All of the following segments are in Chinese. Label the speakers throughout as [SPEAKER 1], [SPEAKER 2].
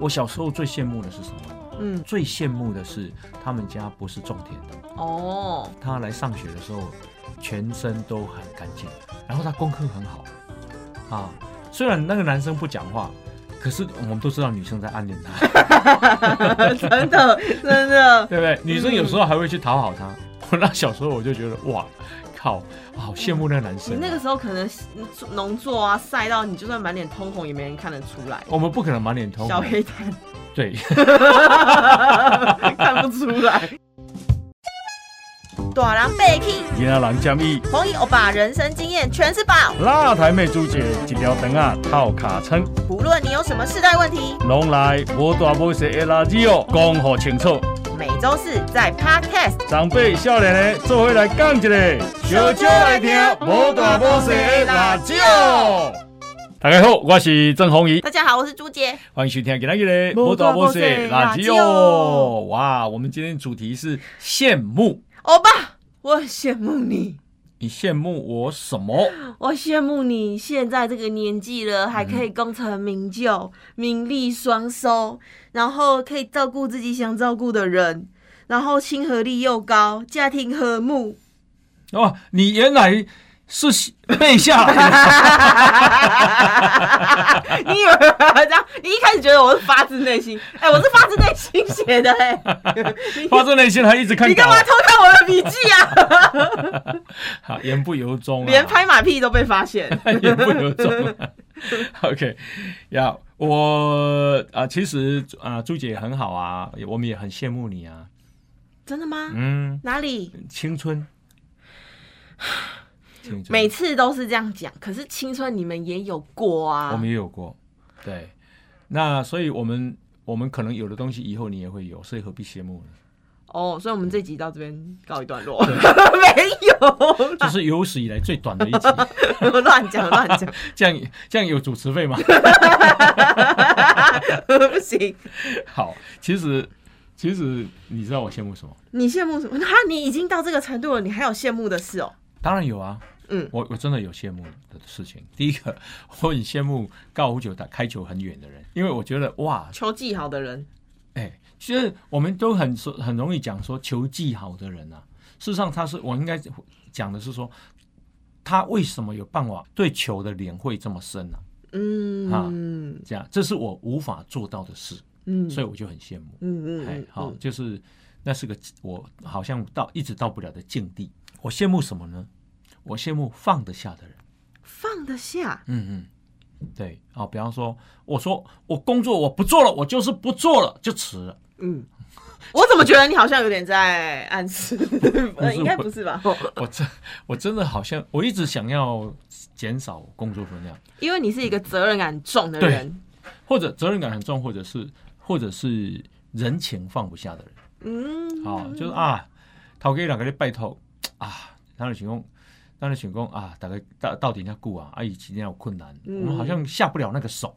[SPEAKER 1] 我小时候最羡慕的是什么？
[SPEAKER 2] 嗯，
[SPEAKER 1] 最羡慕的是他们家不是种田的，
[SPEAKER 2] 哦，
[SPEAKER 1] 他来上学的时候全身都很干净，然后他功课很好啊。虽然那个男生不讲话，可是我们都知道女生在暗恋他，
[SPEAKER 2] 真的真的，
[SPEAKER 1] 对不对？女生有时候还会去讨好他。我那小时候我就觉得哇，靠，好羡慕那个男
[SPEAKER 2] 你
[SPEAKER 1] 生。啊
[SPEAKER 2] 那个时候可能农作啊晒到你就算满脸通红也没人看得出来，
[SPEAKER 1] 我们不可能满脸通
[SPEAKER 2] 小
[SPEAKER 1] 红，
[SPEAKER 2] 黑蛋
[SPEAKER 1] 对，
[SPEAKER 2] 看不出来。大人被气，
[SPEAKER 3] 今仔人建议，
[SPEAKER 2] 红衣欧巴人生经验全是宝。
[SPEAKER 3] 哪台妹主角一条肠啊套卡称，
[SPEAKER 2] 不论你有什么世代问题，
[SPEAKER 3] 拢来无大无小的垃圾哦，讲好清楚。
[SPEAKER 2] 每周四在 Podcast。
[SPEAKER 3] 长辈少年的做伙来讲一个，
[SPEAKER 2] 小酒来听无大无小的辣椒。
[SPEAKER 3] 大家好，我是郑宏仪，
[SPEAKER 2] 大家好，我是朱姐。
[SPEAKER 3] 欢迎收听今天的
[SPEAKER 1] 无
[SPEAKER 3] 无
[SPEAKER 1] 大
[SPEAKER 3] 大
[SPEAKER 1] 无
[SPEAKER 3] 无
[SPEAKER 1] 小
[SPEAKER 3] 小
[SPEAKER 1] 的
[SPEAKER 3] 的
[SPEAKER 1] 辣
[SPEAKER 3] 辣
[SPEAKER 1] 椒
[SPEAKER 3] 椒
[SPEAKER 1] 哦
[SPEAKER 3] 哦。哇，我们今天主题是羡慕，
[SPEAKER 2] 欧巴，我很羡慕你，
[SPEAKER 1] 你羡慕我什么？
[SPEAKER 2] 我羡慕你现在这个年纪了，还可以功成名就、名利双收，然后可以照顾自己想照顾的人，然后亲和力又高，家庭和 睦。
[SPEAKER 1] 哦，你原来是背下 来的。
[SPEAKER 2] 你以为这样？你一开始觉得我是发自内心？哎、我是发自内心写的 哎、
[SPEAKER 1] 发自内心还一直看
[SPEAKER 2] 你
[SPEAKER 1] 稿
[SPEAKER 2] 干
[SPEAKER 1] 啊
[SPEAKER 2] 嘛，偷看我的笔记啊？
[SPEAKER 1] 好言不由衷、啊，
[SPEAKER 2] 连拍马屁都被发现。
[SPEAKER 1] 言不由衷、啊。OK，呀、我啊、其实啊、朱姐很好啊，我们也很羡慕你啊。
[SPEAKER 2] 真的吗？
[SPEAKER 1] 嗯，
[SPEAKER 2] 哪里？
[SPEAKER 1] 青春，青春，
[SPEAKER 2] 每次都是这样讲，可是青春你们也有过
[SPEAKER 1] 我
[SPEAKER 2] 啊
[SPEAKER 1] 们。也有过，对。那所以我们我们可能有的东西以后你也会有，所以何必羡慕呢？
[SPEAKER 2] 哦，所以我们这集到这边告一段落， 没有
[SPEAKER 1] 这
[SPEAKER 2] 啦，
[SPEAKER 1] 是有史以来最短的一 集，
[SPEAKER 2] 乱讲乱讲，
[SPEAKER 1] 这样这样有主持 费吗？
[SPEAKER 2] 不行。
[SPEAKER 1] 好，其实其实你知道我羡慕什么？
[SPEAKER 2] 你羡慕什么？哈，你已经到这个程度了，你还有羡慕的事哦。
[SPEAKER 1] 当然有啊，
[SPEAKER 2] 嗯
[SPEAKER 1] 我我真的有羡慕的事情。第一个，我很羡慕高尔夫球打开球很远的人，因为我觉得哇，
[SPEAKER 2] 球技好的人，
[SPEAKER 1] 哎，其实我们都很说很容易讲说球技好的人啊，事实上他是我应该讲的是说，他为什么有办法对球的领会这么深呢、啊
[SPEAKER 2] 嗯
[SPEAKER 1] 这样，这是我无法做到的事，
[SPEAKER 2] 嗯
[SPEAKER 1] 所以我就很羡慕。
[SPEAKER 2] 嗯嗯
[SPEAKER 1] 哎
[SPEAKER 2] 嗯，，
[SPEAKER 1] 好
[SPEAKER 2] 嗯，
[SPEAKER 1] 就是那是个我好像到一直到不了的境地。我羡慕什么呢？我羡慕放得下的人。
[SPEAKER 2] 放得下，
[SPEAKER 1] 嗯嗯，对啊、比方说，我说我工作我不做了，我就是不做了，就辞了。
[SPEAKER 2] 嗯。我怎么觉得你好像有点在暗示？呃应该不是吧？
[SPEAKER 1] 我真我真的好像我一直想要减少工作分量，
[SPEAKER 2] 因为你是一个责任感重的人，
[SPEAKER 1] 或者责任感很重，或者是或者是人情放不下的人。
[SPEAKER 2] 嗯，
[SPEAKER 1] 啊、就是啊，头家人给你拜托啊，咱就想讲，咱就想讲啊，大概到到底要顾啊，啊，伊今天有困难，我们好像下不了那个手，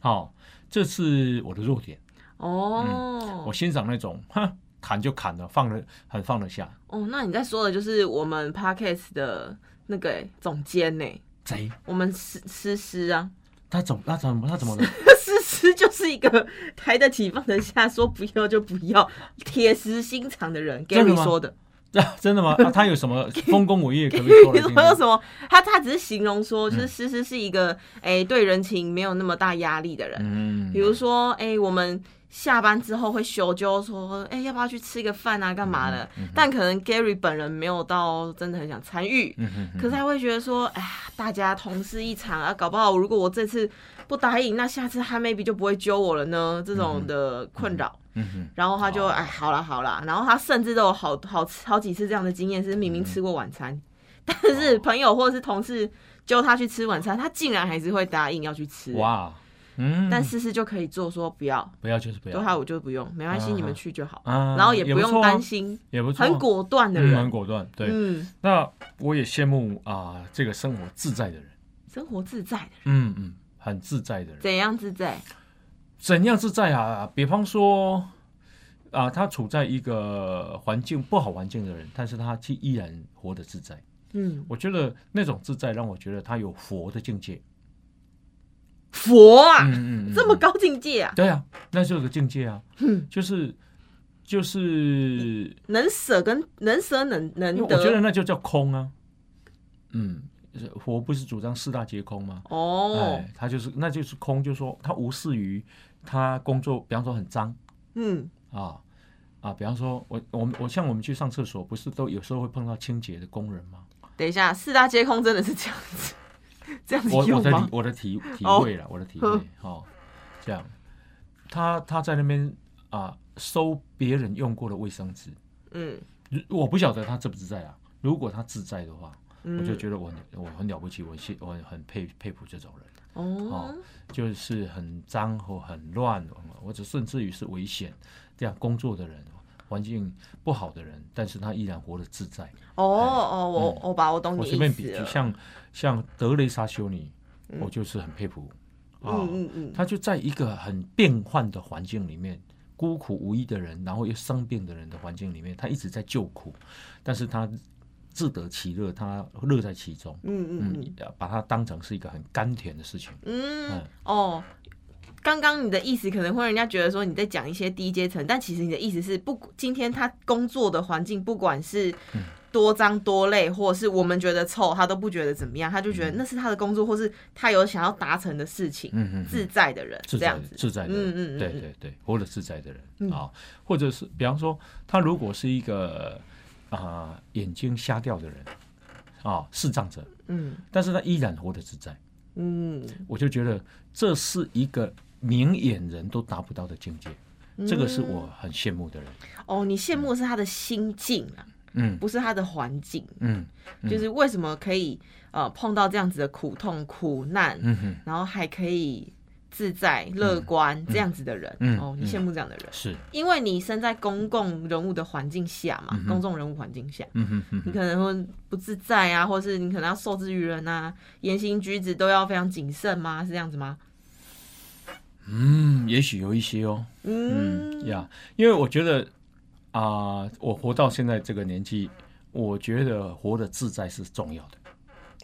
[SPEAKER 1] 好、这是我的弱点。
[SPEAKER 2] 哦，
[SPEAKER 1] 嗯我欣赏那种，哼，砍就砍了，放了很放得下，
[SPEAKER 2] 哦，那你在说的就是我们 podcast 的那个欸总监呢、
[SPEAKER 1] 贼。
[SPEAKER 2] 我们思思思啊，
[SPEAKER 1] 他怎么？他怎么？他怎么了？
[SPEAKER 2] 思思就是一个抬得起放得下，说不要就不要，铁石心肠的人。
[SPEAKER 1] 真的
[SPEAKER 2] Gary
[SPEAKER 1] 吗
[SPEAKER 2] 说的，
[SPEAKER 1] 啊 真的吗？啊他有什么丰功伟业可不可以说
[SPEAKER 2] 你
[SPEAKER 1] 来
[SPEAKER 2] 说
[SPEAKER 1] 听
[SPEAKER 2] 有
[SPEAKER 1] 听？
[SPEAKER 2] 什么？ 他他只是形容说，就是思思是一个哎、对人情没有那么大压力的人。
[SPEAKER 1] 嗯
[SPEAKER 2] 比如说，哎、我们下班之后会修就说，哎、要不要去吃个饭啊，干嘛的？
[SPEAKER 1] 嗯
[SPEAKER 2] 但可能 Gary 本人没有到真的很想参与，
[SPEAKER 1] 嗯哼哼
[SPEAKER 2] 可是他会觉得说，哎呀，大家同事一场啊，搞不好如果我这次不答应，那下次他 maybe 就不会揪我了呢，这种的困扰。
[SPEAKER 1] 嗯哼，
[SPEAKER 2] 然后他就
[SPEAKER 1] 哦
[SPEAKER 2] 哎，好啦好啦，然后他甚至都有好好好几次这样的经验，是明明吃过晚
[SPEAKER 1] 嗯
[SPEAKER 2] 餐，但是朋友或者是同事揪他去吃晚餐，他竟然还是会答应要去吃。
[SPEAKER 1] 哇，嗯，
[SPEAKER 2] 但思思就可以做说不要，
[SPEAKER 1] 不要就是不
[SPEAKER 2] 都
[SPEAKER 1] 要
[SPEAKER 2] 还我就不用，没关系，
[SPEAKER 1] 嗯
[SPEAKER 2] 你们去就好，
[SPEAKER 1] 啊
[SPEAKER 2] 然后也不用
[SPEAKER 1] 错啊
[SPEAKER 2] 担，心，
[SPEAKER 1] 也不错啊，
[SPEAKER 2] 很果断的
[SPEAKER 1] 嗯很
[SPEAKER 2] 人，
[SPEAKER 1] 果断，对，
[SPEAKER 2] 嗯，
[SPEAKER 1] 那我也羡慕啊、这个生活自在的人，
[SPEAKER 2] 生活自在的人，
[SPEAKER 1] 嗯嗯，很自在的人。
[SPEAKER 2] 怎样自在？
[SPEAKER 1] 怎样自在啊？比方说啊、他处在一个环境不好环境的人，但是他却依然活得自在。
[SPEAKER 2] 嗯，
[SPEAKER 1] 我觉得那种自在让我觉得他有佛的境界。
[SPEAKER 2] 佛啊，
[SPEAKER 1] 嗯嗯嗯，
[SPEAKER 2] 这么高境界啊，
[SPEAKER 1] 对啊，那就是个境界啊，
[SPEAKER 2] 嗯
[SPEAKER 1] 就是就是，
[SPEAKER 2] 能舍跟能舍能能
[SPEAKER 1] 因为
[SPEAKER 2] 得，
[SPEAKER 1] 我觉得那就叫空啊，嗯，佛不是主张四大皆空吗？
[SPEAKER 2] 哦，
[SPEAKER 1] 哎，他就是那就是空，就是说他无视于他工作，比方说很脏
[SPEAKER 2] 嗯
[SPEAKER 1] 啊啊，比方说我我们我像我们去上厕所，不是都有时候会碰到清洁的工人 吗？
[SPEAKER 2] 等一下，四大皆空真的是这样子， 这样子
[SPEAKER 1] 我我
[SPEAKER 2] 用
[SPEAKER 1] 的
[SPEAKER 2] 吗
[SPEAKER 1] 体？我的体体
[SPEAKER 2] 哦
[SPEAKER 1] 会了，我的体会哦，这样，他他在那边啊收别人用过的卫生纸，
[SPEAKER 2] 嗯，
[SPEAKER 1] 如我不晓得他自不自在啊。如果他自在的话，
[SPEAKER 2] 嗯
[SPEAKER 1] 我就觉得我很我很了不起，我很我很佩佩服这种人，
[SPEAKER 2] 哦
[SPEAKER 1] 哦，就是很脏或很乱，或者甚至于是危险这样工作的人，环境不好的人，但是他依然活得自在。
[SPEAKER 2] 哦哦，
[SPEAKER 1] 嗯
[SPEAKER 2] 我我把我懂
[SPEAKER 1] 我
[SPEAKER 2] 你
[SPEAKER 1] 随便
[SPEAKER 2] 意
[SPEAKER 1] 比
[SPEAKER 2] 思啊
[SPEAKER 1] 就
[SPEAKER 2] 了，
[SPEAKER 1] 像像德雷莎修女，我就是很佩服啊。
[SPEAKER 2] 嗯嗯嗯，
[SPEAKER 1] 他就在一个很变幻的环境里面，孤苦无依的人，然后又生病的人的环境里面，他一直在救苦，但是他自得其乐，他乐在其中，
[SPEAKER 2] 嗯嗯嗯。
[SPEAKER 1] 嗯，把它当成是一个很甘甜的事情。
[SPEAKER 2] 嗯
[SPEAKER 1] 嗯
[SPEAKER 2] 哦，刚刚你的意思可能会让人家觉得说你在讲一些低阶层，但其实你的意思是不，今天他工作的环境不管是
[SPEAKER 1] 嗯
[SPEAKER 2] 多脏多累，或是我们觉得臭，他都不觉得怎么样，他就觉得那是他的工作，或是他有想要达成的事情，
[SPEAKER 1] 嗯嗯，
[SPEAKER 2] 自在的人
[SPEAKER 1] 自
[SPEAKER 2] 这
[SPEAKER 1] 在
[SPEAKER 2] 样
[SPEAKER 1] 的
[SPEAKER 2] 子，
[SPEAKER 1] 自在的
[SPEAKER 2] 嗯
[SPEAKER 1] 人，
[SPEAKER 2] 嗯嗯
[SPEAKER 1] 对
[SPEAKER 2] 嗯
[SPEAKER 1] 对对，活得自在的人啊、或者是比方说，他如果是一个啊、眼睛瞎掉的人啊、视障者，
[SPEAKER 2] 嗯
[SPEAKER 1] 但是他依然活得自在，
[SPEAKER 2] 嗯，
[SPEAKER 1] 我就觉得这是一个明眼人都达不到的境界，这个是我很羡慕的人。
[SPEAKER 2] 哦，你羡慕的是他的心境啊，
[SPEAKER 1] 嗯
[SPEAKER 2] 不是他的环境，
[SPEAKER 1] 嗯
[SPEAKER 2] 就是为什么可以呃碰到这样子的苦痛苦难，
[SPEAKER 1] 嗯哼，
[SPEAKER 2] 然后还可以自在、乐观这样子的人，
[SPEAKER 1] 嗯
[SPEAKER 2] 哦，
[SPEAKER 1] 嗯
[SPEAKER 2] 你羡慕这样的人，
[SPEAKER 1] 是，
[SPEAKER 2] 因为你身在公共人物的环境下嘛，公众人物环境下，
[SPEAKER 1] 嗯哼嗯哼，
[SPEAKER 2] 你可能会不自在啊，或是你可能要受制于人啊，言行举止都要非常谨慎吗？是这样子吗？
[SPEAKER 1] 嗯，也许有一些哦，
[SPEAKER 2] 嗯，
[SPEAKER 1] 嗯呀，因为我觉得啊、我活到现在这个年纪，我觉得活得自在是重要的。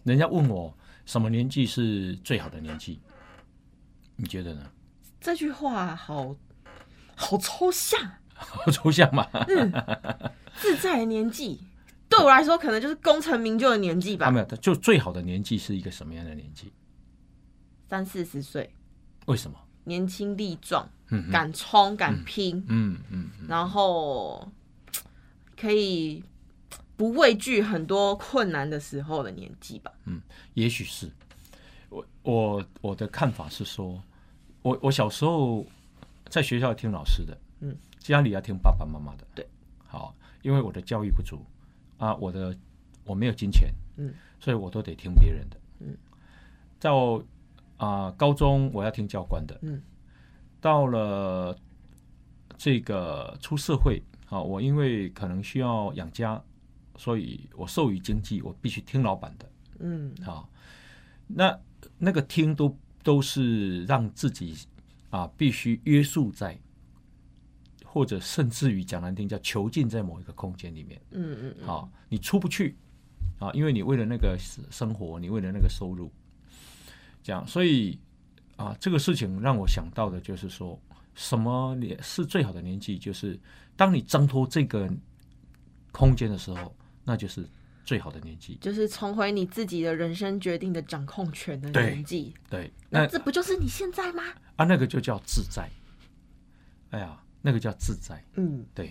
[SPEAKER 1] 人家问我什么年纪是最好的年纪，你觉得呢？
[SPEAKER 2] 这句话好好抽象，嗯
[SPEAKER 1] 好抽象嘛，
[SPEAKER 2] 自在的年纪。对我来说，可能就是功成名就的年纪
[SPEAKER 1] 啊，
[SPEAKER 2] 吧
[SPEAKER 1] 没，有，就最好的年纪是一个什么样的年纪？
[SPEAKER 2] 三四十岁，
[SPEAKER 1] 为什么？
[SPEAKER 2] 年轻力壮，
[SPEAKER 1] 嗯哼
[SPEAKER 2] 敢冲敢拼，
[SPEAKER 1] 嗯嗯嗯
[SPEAKER 2] 然后可以不畏惧很多困难的时候的年纪吧。
[SPEAKER 1] 也许是。我我我的看法是说，我我小时候在学校听老师的，
[SPEAKER 2] 嗯，
[SPEAKER 1] 家里要听爸爸妈妈的，
[SPEAKER 2] 对，
[SPEAKER 1] 好，因为我的教育不足啊，我的我没有金钱，
[SPEAKER 2] 嗯，
[SPEAKER 1] 所以我都得听别人的，
[SPEAKER 2] 嗯，
[SPEAKER 1] 到啊、高中我要听教官的，
[SPEAKER 2] 嗯，
[SPEAKER 1] 到了这个出社会啊，我因为可能需要养家，所以我受于经济，我必须听老板的。
[SPEAKER 2] 嗯
[SPEAKER 1] 啊，那那个听都都是让自己啊必须约束在，或者甚至于讲难听叫囚禁在某一个空间里面
[SPEAKER 2] 嗯嗯
[SPEAKER 1] 啊，你出不去啊，因为你为了那个生生活，你为了那个收入，这样，所以啊，这个事情让我想到的就是说，什么年是最好的年纪，就是当你挣脱这个空间的时候，那就是最好的年纪。
[SPEAKER 2] 就是重回你自己的人生决定的掌控权的
[SPEAKER 1] 对
[SPEAKER 2] 年纪。
[SPEAKER 1] 对，那
[SPEAKER 2] 那这不就是你现在吗？
[SPEAKER 1] 啊，那个就叫自在。哎呀，那个叫自在。
[SPEAKER 2] 嗯，
[SPEAKER 1] 对。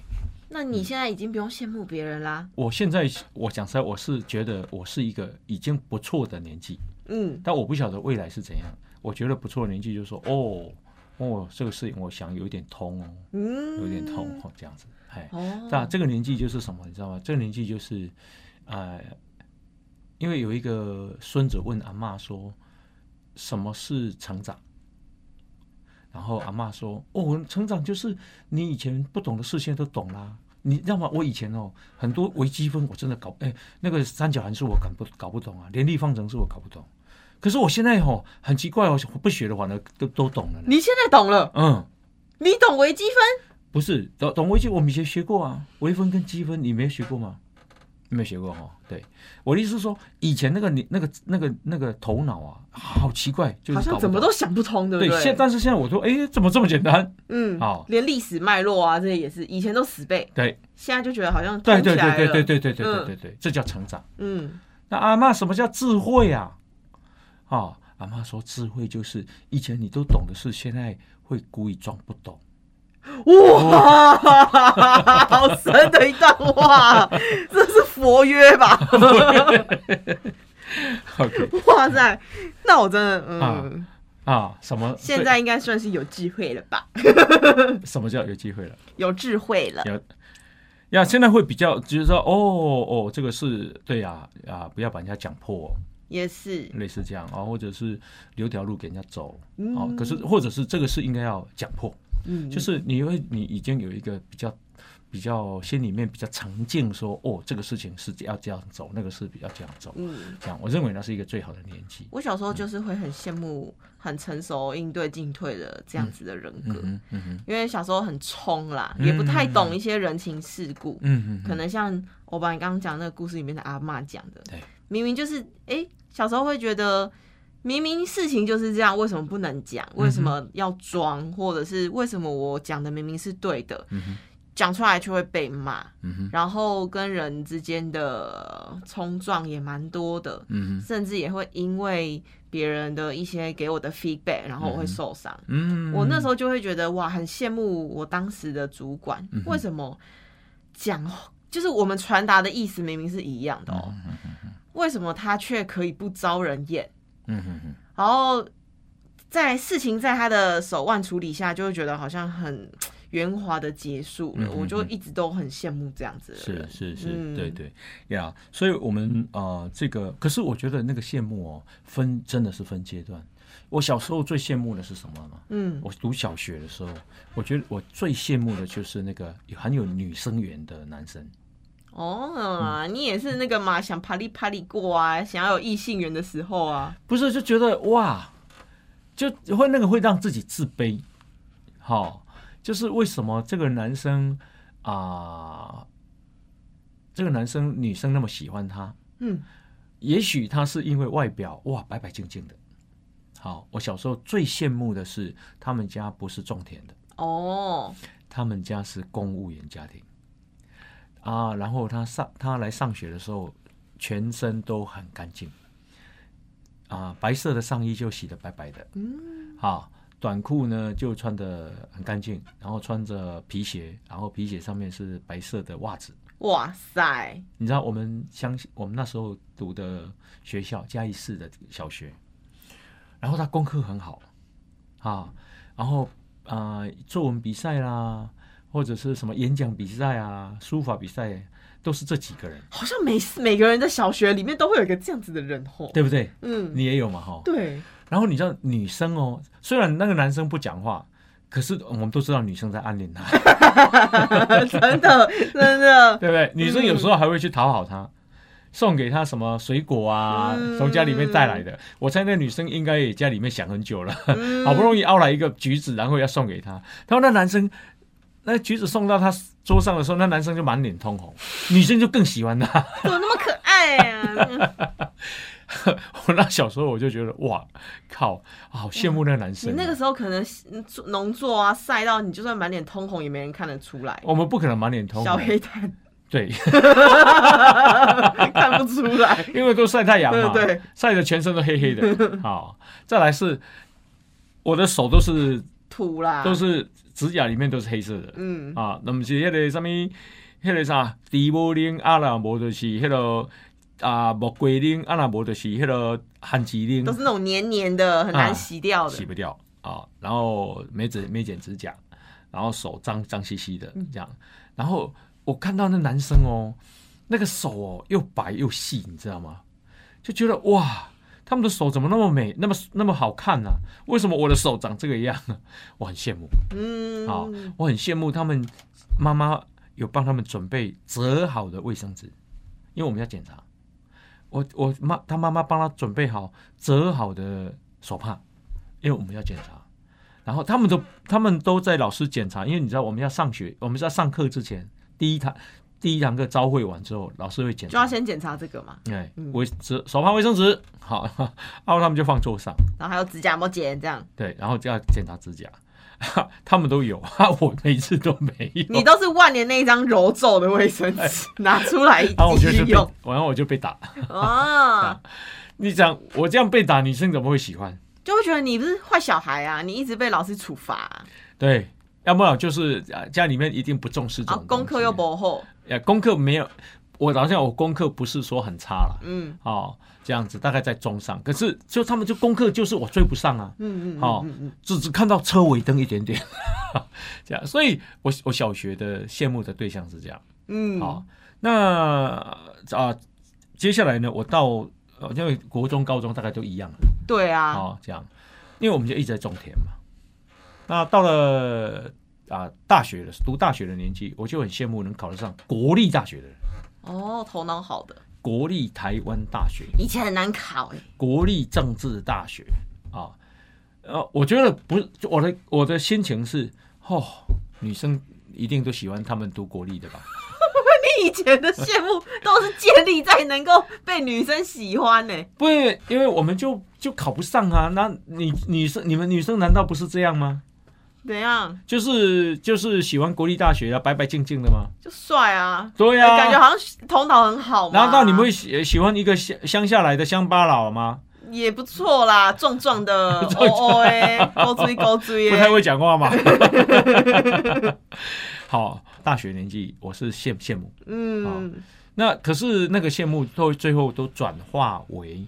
[SPEAKER 2] 那你现在已经不用羡慕别人啦。
[SPEAKER 1] 我现在我讲实在，我是觉得我是一个已经不错的年纪，
[SPEAKER 2] 嗯
[SPEAKER 1] 但我不晓得未来是怎样。我觉得不错的年纪就是说，哦，哦，这个事情我想有一点通哦，
[SPEAKER 2] 嗯，
[SPEAKER 1] 有一点痛哦，这样子。哎，
[SPEAKER 2] 哦。
[SPEAKER 1] 那这个年纪就是什么，你知道吗？这个年纪就是，呃，因为有一个孙子问阿嬷说，什么是成长？然后阿嬷说，哦，成长就是你以前不懂的事情都懂啦。你知道吗？我以前哦，很多微积分我真的搞，哎，那个三角函数我搞不搞不懂啊，联立方程式我搞不懂。可是我现在哦，很奇怪哦，我不学的反而都都懂了呢。
[SPEAKER 2] 你现在懂了，
[SPEAKER 1] 嗯，
[SPEAKER 2] 你懂微积分，
[SPEAKER 1] 不是，懂懂微积，我们以前学过啊，微分跟积分，你没学过吗？没有学过哈。对，我的意思是说，以前那个你那个那个那个头脑啊，好奇怪，就是
[SPEAKER 2] 好
[SPEAKER 1] 嗯
[SPEAKER 2] 像
[SPEAKER 1] 搞不
[SPEAKER 2] 怎么
[SPEAKER 1] 懂
[SPEAKER 2] 都想不通，对不
[SPEAKER 1] 对。现但是现在我说，哎，怎么这么简单？
[SPEAKER 2] 嗯，
[SPEAKER 1] 好
[SPEAKER 2] 连历史脉络啊这些也是，以前都死背，
[SPEAKER 1] 对，
[SPEAKER 2] 现在就觉得好像
[SPEAKER 1] 对
[SPEAKER 2] 通
[SPEAKER 1] 对
[SPEAKER 2] 起来
[SPEAKER 1] 对对
[SPEAKER 2] 了
[SPEAKER 1] 对对对对对
[SPEAKER 2] 嗯
[SPEAKER 1] 对对，这叫成长。
[SPEAKER 2] 嗯，
[SPEAKER 1] 那阿嬷什么叫智慧啊？啊，阿嬷说智慧就是以前你都懂的事，现在会故意装不 懂。
[SPEAKER 2] 哇，好深的一段话，这是佛约吧？
[SPEAKER 1] OK
[SPEAKER 2] 哇塞，那我真的嗯
[SPEAKER 1] 啊，啊，什么
[SPEAKER 2] 现在应该算是有智慧了吧？
[SPEAKER 1] 什么叫有机会了？
[SPEAKER 2] 有智慧了，
[SPEAKER 1] 有呀，现在会比较就是说，哦哦，这个是对呀、啊，不要把人家讲破、
[SPEAKER 2] 也是
[SPEAKER 1] 类似这样啊、或者是留条路给人家走
[SPEAKER 2] 嗯
[SPEAKER 1] 哦。可是或者是这个是应该要讲破，
[SPEAKER 2] 嗯，
[SPEAKER 1] 就是你会你已经有一个比较。比较心里面比较常见说哦，这个事情是要这样走，那个是比较这样走，
[SPEAKER 2] 嗯。
[SPEAKER 1] 这样我认为那是一个最好的年纪。
[SPEAKER 2] 我小时候就是会很羡慕很成熟应对进退的这样子的人格，
[SPEAKER 1] 嗯哼，嗯哼，
[SPEAKER 2] 因为小时候很冲啦，
[SPEAKER 1] 嗯
[SPEAKER 2] 也不太懂一些人情世故，
[SPEAKER 1] 嗯哼，
[SPEAKER 2] 可能像我把你刚刚讲那个故事里面的阿嬷讲的
[SPEAKER 1] 对，
[SPEAKER 2] 明明就是哎、诶小时候会觉得明明事情就是这样，为什么不能讲？为
[SPEAKER 1] 嗯
[SPEAKER 2] 什么要装？或者是为什么我讲的明明是对的，
[SPEAKER 1] 嗯哼，
[SPEAKER 2] 讲出来却会被骂？
[SPEAKER 1] 嗯哼，
[SPEAKER 2] 然后跟人之间的冲撞也蛮多的，
[SPEAKER 1] 嗯哼，
[SPEAKER 2] 甚至也会因为别人的一些给我的 feedback，然后我会受伤。
[SPEAKER 1] 嗯，
[SPEAKER 2] 我那时
[SPEAKER 1] 候
[SPEAKER 2] 候就会觉得哇，很羡慕我当时的主管，
[SPEAKER 1] 嗯哼
[SPEAKER 2] 为什么讲就是我们传达的意思明明是一样的哦，为什么他却可以不招人厌？
[SPEAKER 1] 嗯哼哼，
[SPEAKER 2] 然后在事情在他的手腕处理下，就会觉得好像很圆滑的结束了。
[SPEAKER 1] 嗯哼
[SPEAKER 2] 我就
[SPEAKER 1] 嗯
[SPEAKER 2] 一直都很羡慕这样子的
[SPEAKER 1] 是
[SPEAKER 2] 人。
[SPEAKER 1] 是
[SPEAKER 2] 嗯
[SPEAKER 1] 是，对对呀，所以我们呃，这个可是我觉得那个羡慕哦，分真的是分阶段。我小时候最羡慕的是什么吗？
[SPEAKER 2] 嗯，
[SPEAKER 1] 我读小学的时候，我觉得我最羡慕的就是那个有很有女生缘的男生。
[SPEAKER 2] 哦，你也是那个嘛，想啪里啪里过啊，想要有异性缘的时候啊，
[SPEAKER 1] 不是就觉得哇，就会那个会让自己自卑，好、就是为什么这个男生啊、这个男生女生那么喜欢他？
[SPEAKER 2] 嗯，
[SPEAKER 1] 也许他是因为外表哇白白净净的。好，我小时候最羡慕的是他们家不是种田的，
[SPEAKER 2] 哦，
[SPEAKER 1] 他们家是公务员家庭啊。然后他上他来上学的时候，全身都很干净啊，白色的上衣就洗得白白的，
[SPEAKER 2] 嗯，
[SPEAKER 1] 啊，短裤呢就穿得很干净，然后穿着皮鞋，然后皮鞋上面是白色的袜子。
[SPEAKER 2] 哇塞，
[SPEAKER 1] 你知道我们乡我们那时候读的学校嘉义市的小学，然后他功课很好啊，然后啊、呃作文比赛啦，或者是什么演讲比赛啊、书法比赛，都是这几个人，
[SPEAKER 2] 好像每每个人的小学里面都会有一个这样子的人吼。
[SPEAKER 1] 对不对？
[SPEAKER 2] 嗯，
[SPEAKER 1] 你也有嘛哈？
[SPEAKER 2] 对，
[SPEAKER 1] 然后你知道女生哦，虽然那个男生不讲话，可是我们都知道女生在暗恋他。
[SPEAKER 2] 真的真 的，
[SPEAKER 1] 对不对？女生有时候还会去讨好他，送给他什么水果啊，
[SPEAKER 2] 嗯
[SPEAKER 1] 从家里面带来的。我猜那女生应该也家里面想很久了，
[SPEAKER 2] 嗯
[SPEAKER 1] 好不容易凹来一个橘子，然后要送给他。然后那男生，那橘子送到他桌上的时候，那男生就满脸通红，女生就更喜欢他。
[SPEAKER 2] 怎么那么可爱啊？嗯
[SPEAKER 1] 我那小时候我就觉得哇靠，好羡慕那个男
[SPEAKER 2] 你
[SPEAKER 1] 生。啊
[SPEAKER 2] 那个时候可能嗯做农作啊晒到你，就算满脸通红也没人看得出来，
[SPEAKER 1] 我们不可能满脸通
[SPEAKER 2] 小黑
[SPEAKER 1] 红，
[SPEAKER 2] 蛋
[SPEAKER 1] 对，
[SPEAKER 2] 看不出 来。
[SPEAKER 1] 因为都晒太阳嘛，
[SPEAKER 2] 对对，
[SPEAKER 1] 晒得全身都黑黑的。好，再来是我的手都是
[SPEAKER 2] 土啦，
[SPEAKER 1] 都是指甲里面都是黑色的、
[SPEAKER 2] 嗯，
[SPEAKER 1] 啊，那么是迄个什么，迄、个啥，猪母奶啊啦，无就是迄、个啊木瓜奶啊啦，无就是迄个番薯奶
[SPEAKER 2] 都是那种黏黏的，很难洗掉的
[SPEAKER 1] 洗。不掉嗯啊，然后没剪没剪指甲，然后手脏脏兮兮的
[SPEAKER 2] 嗯
[SPEAKER 1] 这样，然后我看到那男生哦，那个手哦又白又细，你知道吗？就觉得哇。他们的手怎么那么美，那么那么好看呢、啊为什么我的手长这个样呢？我很羡慕。
[SPEAKER 2] 嗯，
[SPEAKER 1] 啊、我很羡慕他们妈妈有帮他们准备折好的卫生纸，因为我们要检查。我我妈他妈妈帮他准备好折好的手帕，因为我们要检查。然后他们都他们都在老师检查，因为你知道我们要上学，我们是要上课之前第一堂第一堂课招会完之后，老师会检
[SPEAKER 2] 就要
[SPEAKER 1] 查，
[SPEAKER 2] 先检查这个嘛，
[SPEAKER 1] 哎
[SPEAKER 2] 嗯，
[SPEAKER 1] 卫纸手帕、卫生纸，好， 然后他们就放桌上，
[SPEAKER 2] 然后还有指甲有没有剪这样。
[SPEAKER 1] 对，然后就要检查指甲， 他们都有， 我每次都没有，
[SPEAKER 2] 你都是万年那一张揉皱的卫生纸拿 出来
[SPEAKER 1] 然哎啊后我
[SPEAKER 2] 一
[SPEAKER 1] 就
[SPEAKER 2] 起
[SPEAKER 1] 是被
[SPEAKER 2] 用，
[SPEAKER 1] 然后我就被打。
[SPEAKER 2] 啊，
[SPEAKER 1] 你讲我这样被打，女生怎么会喜欢？
[SPEAKER 2] 就会觉得你不是坏小孩啊，你一直被老师处罚啊，
[SPEAKER 1] 对，要不然就是啊家里面一定不重视这
[SPEAKER 2] 然后
[SPEAKER 1] 种东西
[SPEAKER 2] 啊功课又不厚，
[SPEAKER 1] 呃，功课没有，我好像我功课不是说很差了，
[SPEAKER 2] 嗯
[SPEAKER 1] 哦，这样子大概在中上，可是就他们就功课就是我追不上啊，
[SPEAKER 2] 嗯嗯，
[SPEAKER 1] 好、
[SPEAKER 2] 嗯嗯
[SPEAKER 1] 只只看到车尾灯一点 点，这样，所以我我小学的羡慕的对象是这样，
[SPEAKER 2] 嗯，
[SPEAKER 1] 好、那啊、接下来呢，我到呃因为国中、高中大概都一样了，
[SPEAKER 2] 对啊，
[SPEAKER 1] 哦，这样，因为我们就一直在种田嘛，那到了啊、大学的读大学的年纪，我就很羡慕能考得上国立大学的人。
[SPEAKER 2] 哦，头脑好的，
[SPEAKER 1] 国立台湾大学、
[SPEAKER 2] 以前很难考哎，
[SPEAKER 1] 国立政治大学啊，呃，我觉得不是我的我的心情是，哦，女生一定都喜欢他们读国立的吧？
[SPEAKER 2] 你以前的羡慕都是建立在能够被女生喜欢欸呢，
[SPEAKER 1] 不会，因为我们就就考不上啊。那你女生你们女生难道不是这样吗？
[SPEAKER 2] 怎样
[SPEAKER 1] 就是就是喜欢国立大学啊，白白净净的吗？
[SPEAKER 2] 就帅啊，
[SPEAKER 1] 对呀、
[SPEAKER 2] 感觉好像头脑很好嘛，
[SPEAKER 1] 难道你们会喜喜欢一个乡乡下来的乡巴佬吗？
[SPEAKER 2] 也不错啦，壮壮 的，哦哦哎，勾追勾追
[SPEAKER 1] 不太
[SPEAKER 2] 哎，
[SPEAKER 1] 会讲话嘛。好，大学年纪我是羡羡慕，
[SPEAKER 2] 嗯。
[SPEAKER 1] 那可是那个羡慕都最后都转化为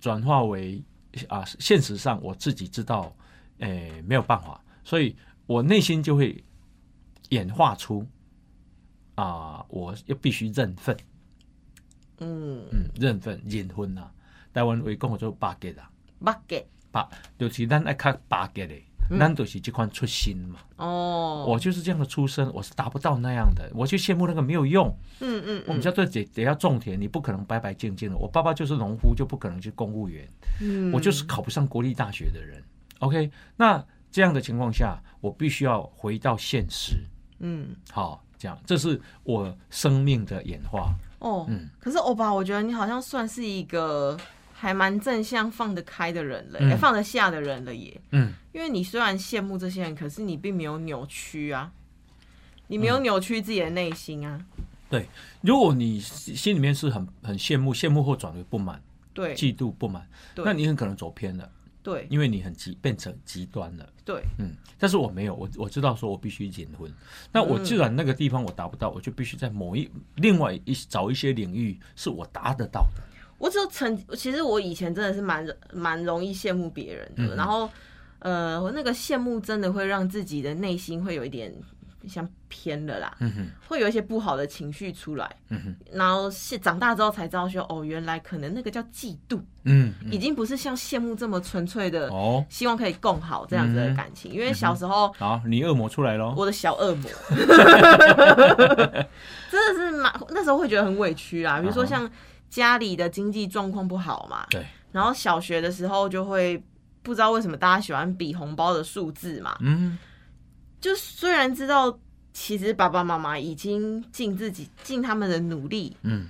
[SPEAKER 1] 转化为啊，现实上我自己知道，诶、没有办法，所以我内心就会演化出啊，我要必须认份，
[SPEAKER 2] 嗯
[SPEAKER 1] 嗯，认份认婚呐、啊。台湾话讲我做八结啊，
[SPEAKER 2] ，bucket
[SPEAKER 1] 就是咱爱看八结的，咱就是这款出身嘛。
[SPEAKER 2] 嗯哦，
[SPEAKER 1] 我就是这样的出身，我是达不到那样的，我就羡慕那个没有用。
[SPEAKER 2] 嗯嗯
[SPEAKER 1] 我们
[SPEAKER 2] 嗯
[SPEAKER 1] 家对得得要种田，你不可能白白净净的。我爸爸就是农夫，就不可能去公务员。
[SPEAKER 2] 嗯，
[SPEAKER 1] 我就是考不上国立大学的人。OK，那这样的情况下，我必须要回到现实。
[SPEAKER 2] 嗯
[SPEAKER 1] 好，这样这是我生命的演化。
[SPEAKER 2] 哦，
[SPEAKER 1] 嗯
[SPEAKER 2] 可是欧巴，我觉得你好像算是一个还蛮正向、放得开的人了，
[SPEAKER 1] 嗯
[SPEAKER 2] 哎放得下的人了耶。
[SPEAKER 1] 嗯，
[SPEAKER 2] 因为你虽然羡慕这些人，可是你并没有扭曲啊，你
[SPEAKER 1] 嗯
[SPEAKER 2] 没有扭曲自己的内心啊。
[SPEAKER 1] 如果你心里面是很很羡慕，羡慕后转为不满、
[SPEAKER 2] 对
[SPEAKER 1] 嫉妒、不满，
[SPEAKER 2] 对
[SPEAKER 1] 那你很可能走偏了，
[SPEAKER 2] 对
[SPEAKER 1] 因为你很极变成极端了。
[SPEAKER 2] 对，
[SPEAKER 1] 嗯，但是我没有，我我知道说我必须结婚，那我既然那个地方我达不到，我就必须在某一另外一找一些领域是我达得到的。
[SPEAKER 2] 我只有曾，其实我以前真的是蛮蛮容易羡慕别人的，
[SPEAKER 1] 嗯
[SPEAKER 2] 然后呃，我那个羡慕真的会让自己的内心会有一点像偏了啦。
[SPEAKER 1] 嗯哼，
[SPEAKER 2] 会有一些不好的情绪出来，
[SPEAKER 1] 嗯哼，
[SPEAKER 2] 然后是长大之后才知道说，哦，原来可能那个叫嫉妒，
[SPEAKER 1] 嗯，
[SPEAKER 2] 已经不是像羡慕这么纯粹的，
[SPEAKER 1] 哦，嗯
[SPEAKER 2] 希望可以共好这样子的感情。因为小时候
[SPEAKER 1] 好，你恶魔出来喽。
[SPEAKER 2] 我的小 恶魔，真的是蛮那时候会觉得很委屈啊。比如说
[SPEAKER 1] 嗯哼
[SPEAKER 2] 像家里的经济状况不好嘛，
[SPEAKER 1] 对，
[SPEAKER 2] 然后小学的时候就会不知道为什么大家喜欢比红包的数字嘛，
[SPEAKER 1] 嗯，
[SPEAKER 2] 就虽然知道。其实爸爸妈妈已经尽自己尽他们的努力，
[SPEAKER 1] 嗯，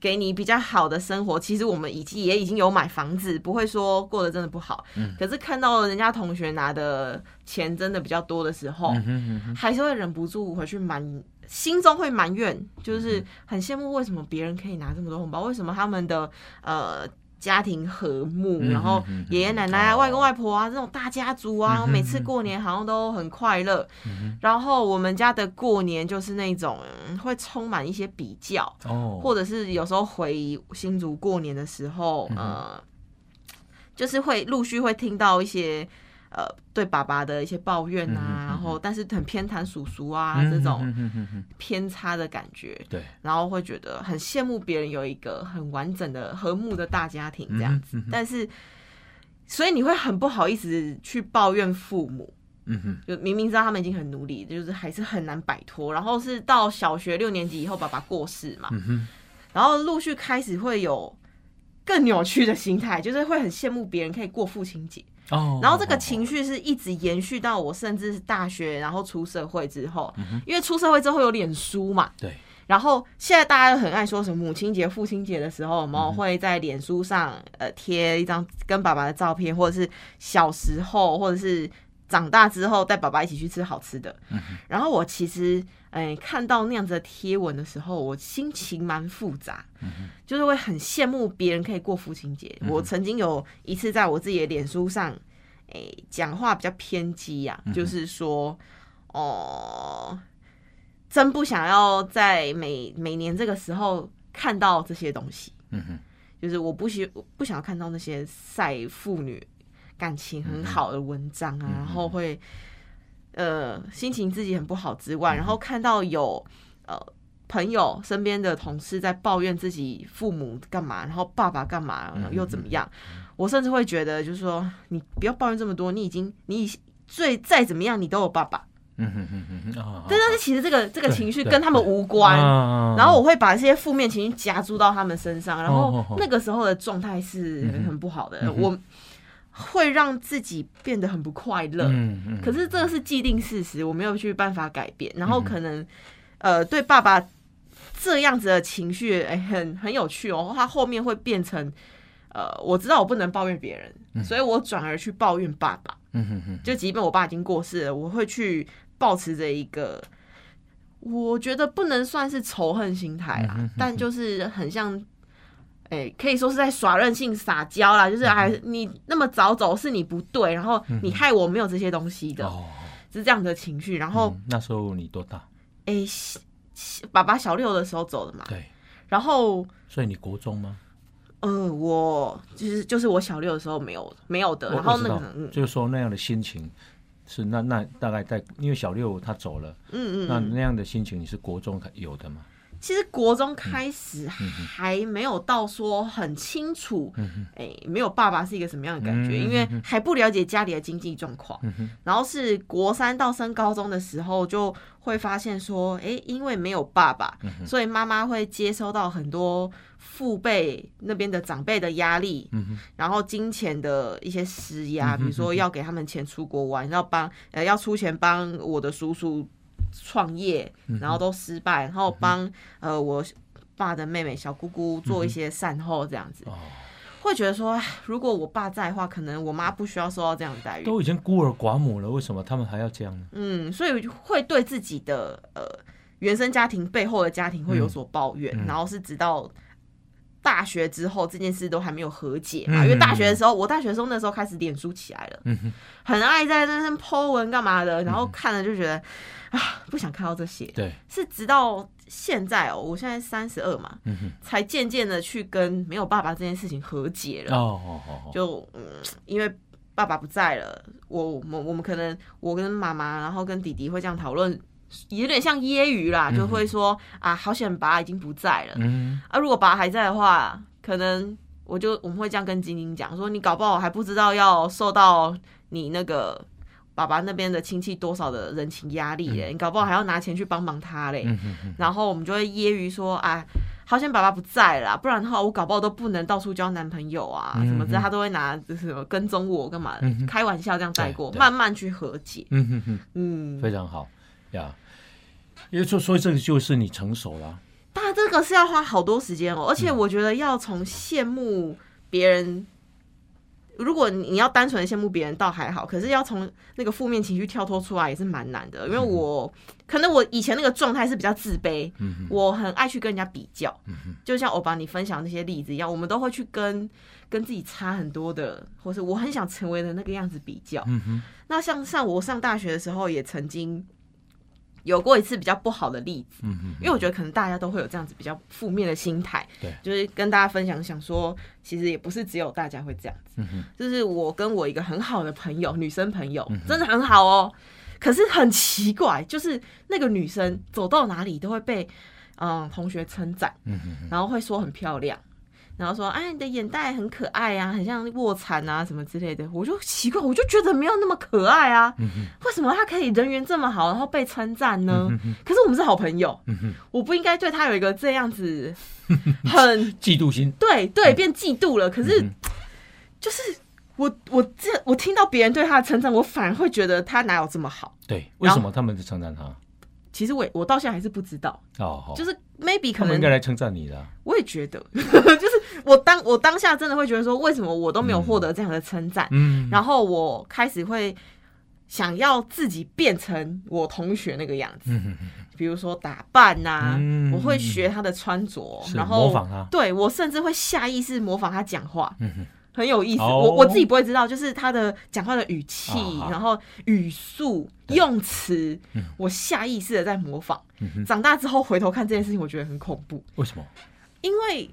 [SPEAKER 2] 给你比较好的生活。其实我们已经也已经有买房子，不会说过得真的不好。
[SPEAKER 1] 嗯
[SPEAKER 2] 可是看到人家同学拿的钱真的比较多的时候，
[SPEAKER 1] 嗯哼嗯哼，
[SPEAKER 2] 还是会忍不住回去埋，心中会埋怨，
[SPEAKER 1] 嗯
[SPEAKER 2] 就是很羡慕为什么别人可以拿这么多红包，为什么他们的呃。家庭和睦，
[SPEAKER 1] 嗯
[SPEAKER 2] 然后
[SPEAKER 1] 嗯嗯
[SPEAKER 2] 爷爷奶奶啊、
[SPEAKER 1] 哦
[SPEAKER 2] 外公外婆啊这种大家族
[SPEAKER 1] 嗯
[SPEAKER 2] 啊，
[SPEAKER 1] 哼
[SPEAKER 2] 每次过年好像都很快乐。
[SPEAKER 1] 嗯
[SPEAKER 2] 然后我们家的过年就是那种嗯会充满一些比较，
[SPEAKER 1] 哦，
[SPEAKER 2] 或者是有时候回新竹过年的时候，
[SPEAKER 1] 嗯哼
[SPEAKER 2] 呃，就是会陆续会听到一些呃对爸爸的一些抱怨
[SPEAKER 1] 嗯哼嗯
[SPEAKER 2] 啊，
[SPEAKER 1] 哼
[SPEAKER 2] 然后但是很偏袒叔叔啊、
[SPEAKER 1] 嗯
[SPEAKER 2] 这种
[SPEAKER 1] 嗯哼嗯哼
[SPEAKER 2] 偏差的感觉，
[SPEAKER 1] 对，
[SPEAKER 2] 然后会觉得很羡慕别人有一个很完整的和睦的大家庭这样子，
[SPEAKER 1] 嗯哼嗯哼
[SPEAKER 2] 但是所以你会很不好意思去抱怨父母，
[SPEAKER 1] 嗯哼，
[SPEAKER 2] 就明明知道他们已经很努力，就是还是很难摆脱。然后是到小学六年级以后，爸爸过世嘛，
[SPEAKER 1] 嗯哼，
[SPEAKER 2] 然后陆续开始会有更扭曲的心态，就是会很羡慕别人可以过父亲节。
[SPEAKER 1] 哦，
[SPEAKER 2] 然后这个情绪是一直延续到我甚至是大学，然后出社会之后，因为出社会之后有脸书嘛，
[SPEAKER 1] 对，
[SPEAKER 2] 然后现在大家都很爱说什么母亲节、父亲节的时候，我们会在脸书上呃贴一张跟爸爸的照片，或者是小时候，或者是长大之后带爸爸一起去吃好吃的。然后我其实哎、呃看到那样子的贴文的时候，我心情蛮复杂，就是会很羡慕别人可以过父亲节。我曾经有一次在我自己的脸书上，哎、讲话比较偏激呀、就是说哦。真不想要在每每年这个时候看到这些东西，
[SPEAKER 1] 嗯哼，
[SPEAKER 2] 就是我不喜我不想要看到那些晒父女感情
[SPEAKER 1] 嗯
[SPEAKER 2] 很好的文章啊，然后会呃心情自己很不好之外，
[SPEAKER 1] 嗯
[SPEAKER 2] 然后看到有呃朋友身边的同事在抱怨自己父母干嘛，然后爸爸干嘛
[SPEAKER 1] 嗯嗯嗯
[SPEAKER 2] 又怎么样，我甚至会觉得就是说你不要抱怨这么多，你已经你已最再怎么样你都有爸爸，
[SPEAKER 1] 嗯哼哼哼哼啊，
[SPEAKER 2] 但但是其实这个这个
[SPEAKER 1] 对
[SPEAKER 2] 情绪
[SPEAKER 1] 对
[SPEAKER 2] 跟他们无关。
[SPEAKER 1] 啊
[SPEAKER 2] 然后我会把这些负面情绪加注到他们身上，然
[SPEAKER 1] 哦
[SPEAKER 2] 后
[SPEAKER 1] 哦哦
[SPEAKER 2] 那个时候的状态是很不好的，
[SPEAKER 1] 嗯哼
[SPEAKER 2] 我会让自己变得很不快乐。
[SPEAKER 1] 嗯嗯，
[SPEAKER 2] 可是这个是既定事实，我没有去办法改变。然后可能、呃，对爸爸这样子的情绪，哎、很很有趣哦。他后面会变成呃，我知道我不能抱怨别人，所以我转而去抱怨爸爸。
[SPEAKER 1] 嗯哼哼，
[SPEAKER 2] 就即便我爸已经过世了，我会去保持着一个，我觉得不能算是仇恨心态啦，
[SPEAKER 1] 嗯哼嗯哼
[SPEAKER 2] 但就是很像，哎、可以说是在耍任性、撒娇啦，
[SPEAKER 1] 嗯
[SPEAKER 2] 就是还你那么早走是你不对，然后你害我没有这些东西的，
[SPEAKER 1] 哦，
[SPEAKER 2] 是这样的情绪。然后，
[SPEAKER 1] 嗯那时候你多大？
[SPEAKER 2] 哎、小小爸爸小六的时候走的嘛，
[SPEAKER 1] 对，
[SPEAKER 2] 然后。
[SPEAKER 1] 所以你国中吗？
[SPEAKER 2] 呃，我就是就是我小六的时候没有没有的，
[SPEAKER 1] 我
[SPEAKER 2] 然后
[SPEAKER 1] 我知
[SPEAKER 2] 那
[SPEAKER 1] 道
[SPEAKER 2] 个嗯
[SPEAKER 1] 就是说那样的心情是那那大概在，因为小六他走了，
[SPEAKER 2] 嗯嗯
[SPEAKER 1] 那
[SPEAKER 2] 嗯，
[SPEAKER 1] 那样的心情你是国中有的吗？
[SPEAKER 2] 其实国中
[SPEAKER 1] 嗯
[SPEAKER 2] 开始还没有到说很清楚，哎、没有爸爸是一个什么样的感觉，
[SPEAKER 1] 嗯
[SPEAKER 2] 因为还不了解家里的经济状况。然后是国三到升高中的时候，就会发现说，哎、因为没有爸爸，
[SPEAKER 1] 嗯
[SPEAKER 2] 所以妈妈会接收到很多父辈那边的长辈的压力，然后金钱的一些施
[SPEAKER 1] 嗯
[SPEAKER 2] 压，比如说要给他们钱出国玩，要帮呃要出钱帮我的叔叔创业，
[SPEAKER 1] 嗯
[SPEAKER 2] 然后都失败，然后帮呃我爸的妹妹小姑
[SPEAKER 1] 嗯
[SPEAKER 2] 姑做一些善后，这样子，
[SPEAKER 1] 哦，
[SPEAKER 2] 会觉得说，唉如果我爸在的话，可能我妈不需要受到这样的待遇。
[SPEAKER 1] 都已经孤儿寡母了，为什么他们还要这样呢？
[SPEAKER 2] 嗯，所以会对自己的呃原生家庭背后的家庭会
[SPEAKER 1] 嗯
[SPEAKER 2] 有所抱怨，然后是直到大学之后这件事都还没有和解嘛，
[SPEAKER 1] 嗯
[SPEAKER 2] 因为大学的时候，我大学的时候那时候开始脸书起来了，很爱在那边 po 文干嘛的，然后看了就觉得、啊不想看到这些，
[SPEAKER 1] 对，
[SPEAKER 2] 是直到现在哦，我现在三十二嘛，
[SPEAKER 1] 嗯哼，
[SPEAKER 2] 才渐渐的去跟没有爸爸这件事情和解了。
[SPEAKER 1] 哦哦哦哦，
[SPEAKER 2] 就嗯，因为爸爸不在了，我我们我们可能我跟妈妈，然后跟弟弟会这样讨论，有点像揶揄啦，就会说、啊，好险爸已经不在了、
[SPEAKER 1] 嗯，
[SPEAKER 2] 啊，如果爸还在的话，可能我就我们会这样跟晶晶讲说，你搞不好还不知道要受到你那个。爸爸那边的亲戚多少的人情压力嘞，你搞不好还要拿钱去帮忙他嘞。
[SPEAKER 1] 嗯哼哼，
[SPEAKER 2] 然后我们就会揶揄说啊，好险爸爸不在啦，不然的话我搞不好都不能到处交男朋友啊，
[SPEAKER 1] 嗯
[SPEAKER 2] 什么之类，他都会拿就是什么跟踪我干嘛的，
[SPEAKER 1] 嗯哼
[SPEAKER 2] 开玩笑这样带过，
[SPEAKER 1] 对对
[SPEAKER 2] 慢慢去和解。
[SPEAKER 1] 嗯哼哼，
[SPEAKER 2] 嗯，
[SPEAKER 1] 非常好呀。因为说，所以这个就是你成熟了，
[SPEAKER 2] 当然这个是要花好多时间哦，而
[SPEAKER 1] 嗯
[SPEAKER 2] 且我觉得要从羡慕别人。如果你要单纯地羡慕别人倒还好，可是要从那个负面情绪跳脱出来也是蛮难的，因为我可能我以前那个状态是比较自卑，
[SPEAKER 1] 嗯哼，
[SPEAKER 2] 我很爱去跟人家比较，就像我把你分享那些例子一样，我们都会去跟跟自己差很多的，或是我很想成为的那个样子比较。
[SPEAKER 1] 嗯哼，
[SPEAKER 2] 那像像我上大学的时候，也曾经有过一次比较不好的例子，
[SPEAKER 1] 嗯哼，
[SPEAKER 2] 因为我觉得可能大家都会有这样子比较负面的心态，
[SPEAKER 1] 对，
[SPEAKER 2] 就是跟大家分享，想说其实也不是只有大家会这样子，
[SPEAKER 1] 嗯哼，
[SPEAKER 2] 就是我跟我一个很好的朋友，女生朋友，
[SPEAKER 1] 嗯
[SPEAKER 2] 真的很好哦。可是很奇怪，就是那个女生走到哪里都会被嗯同学称赞，
[SPEAKER 1] 嗯哼，
[SPEAKER 2] 然后会说很漂亮，然后说哎你的眼袋很可爱啊，很像卧蚕啊什么之类的。我就奇怪，我就觉得没有那么可爱啊，
[SPEAKER 1] 嗯
[SPEAKER 2] 为什么她可以人缘这么好，然后被称赞呢？
[SPEAKER 1] 嗯
[SPEAKER 2] 可是我们是好朋友，我不应该对她有一个这样子很
[SPEAKER 1] 嫉妒心，
[SPEAKER 2] 对对，变嫉妒了。可
[SPEAKER 1] 嗯
[SPEAKER 2] 是、就是我我这我听到别人对他的称赞，我反而会觉得他哪有这么好？
[SPEAKER 1] 对，为什么他们是称赞他？
[SPEAKER 2] 其实我也我到现在还是不知道，
[SPEAKER 1] 哦，好
[SPEAKER 2] 就是 maybe
[SPEAKER 1] 他
[SPEAKER 2] 可
[SPEAKER 1] 们应该
[SPEAKER 2] 能
[SPEAKER 1] 来称赞你的啊、
[SPEAKER 2] 我也觉得， 就是我当我当下真的会觉得说，为什么我都没有获得这样的称赞？
[SPEAKER 1] 嗯，
[SPEAKER 2] 然后我开始会想要自己变成我同学那个样子，
[SPEAKER 1] 嗯
[SPEAKER 2] 比如说打扮呐、
[SPEAKER 1] 嗯
[SPEAKER 2] 我会学他的穿着，
[SPEAKER 1] 是
[SPEAKER 2] 然后
[SPEAKER 1] 模仿他
[SPEAKER 2] 对我甚至会下意识模仿他讲话。
[SPEAKER 1] 嗯哼
[SPEAKER 2] 很有意思，
[SPEAKER 1] 哦
[SPEAKER 2] 我我自己不会知道，就是他的讲话的语气，
[SPEAKER 1] 啊
[SPEAKER 2] 然后语速、用词，我下意识的在模仿。
[SPEAKER 1] 嗯哼，
[SPEAKER 2] 长大之后回头看这件事情，我觉得很恐怖，
[SPEAKER 1] 为什么？
[SPEAKER 2] 因为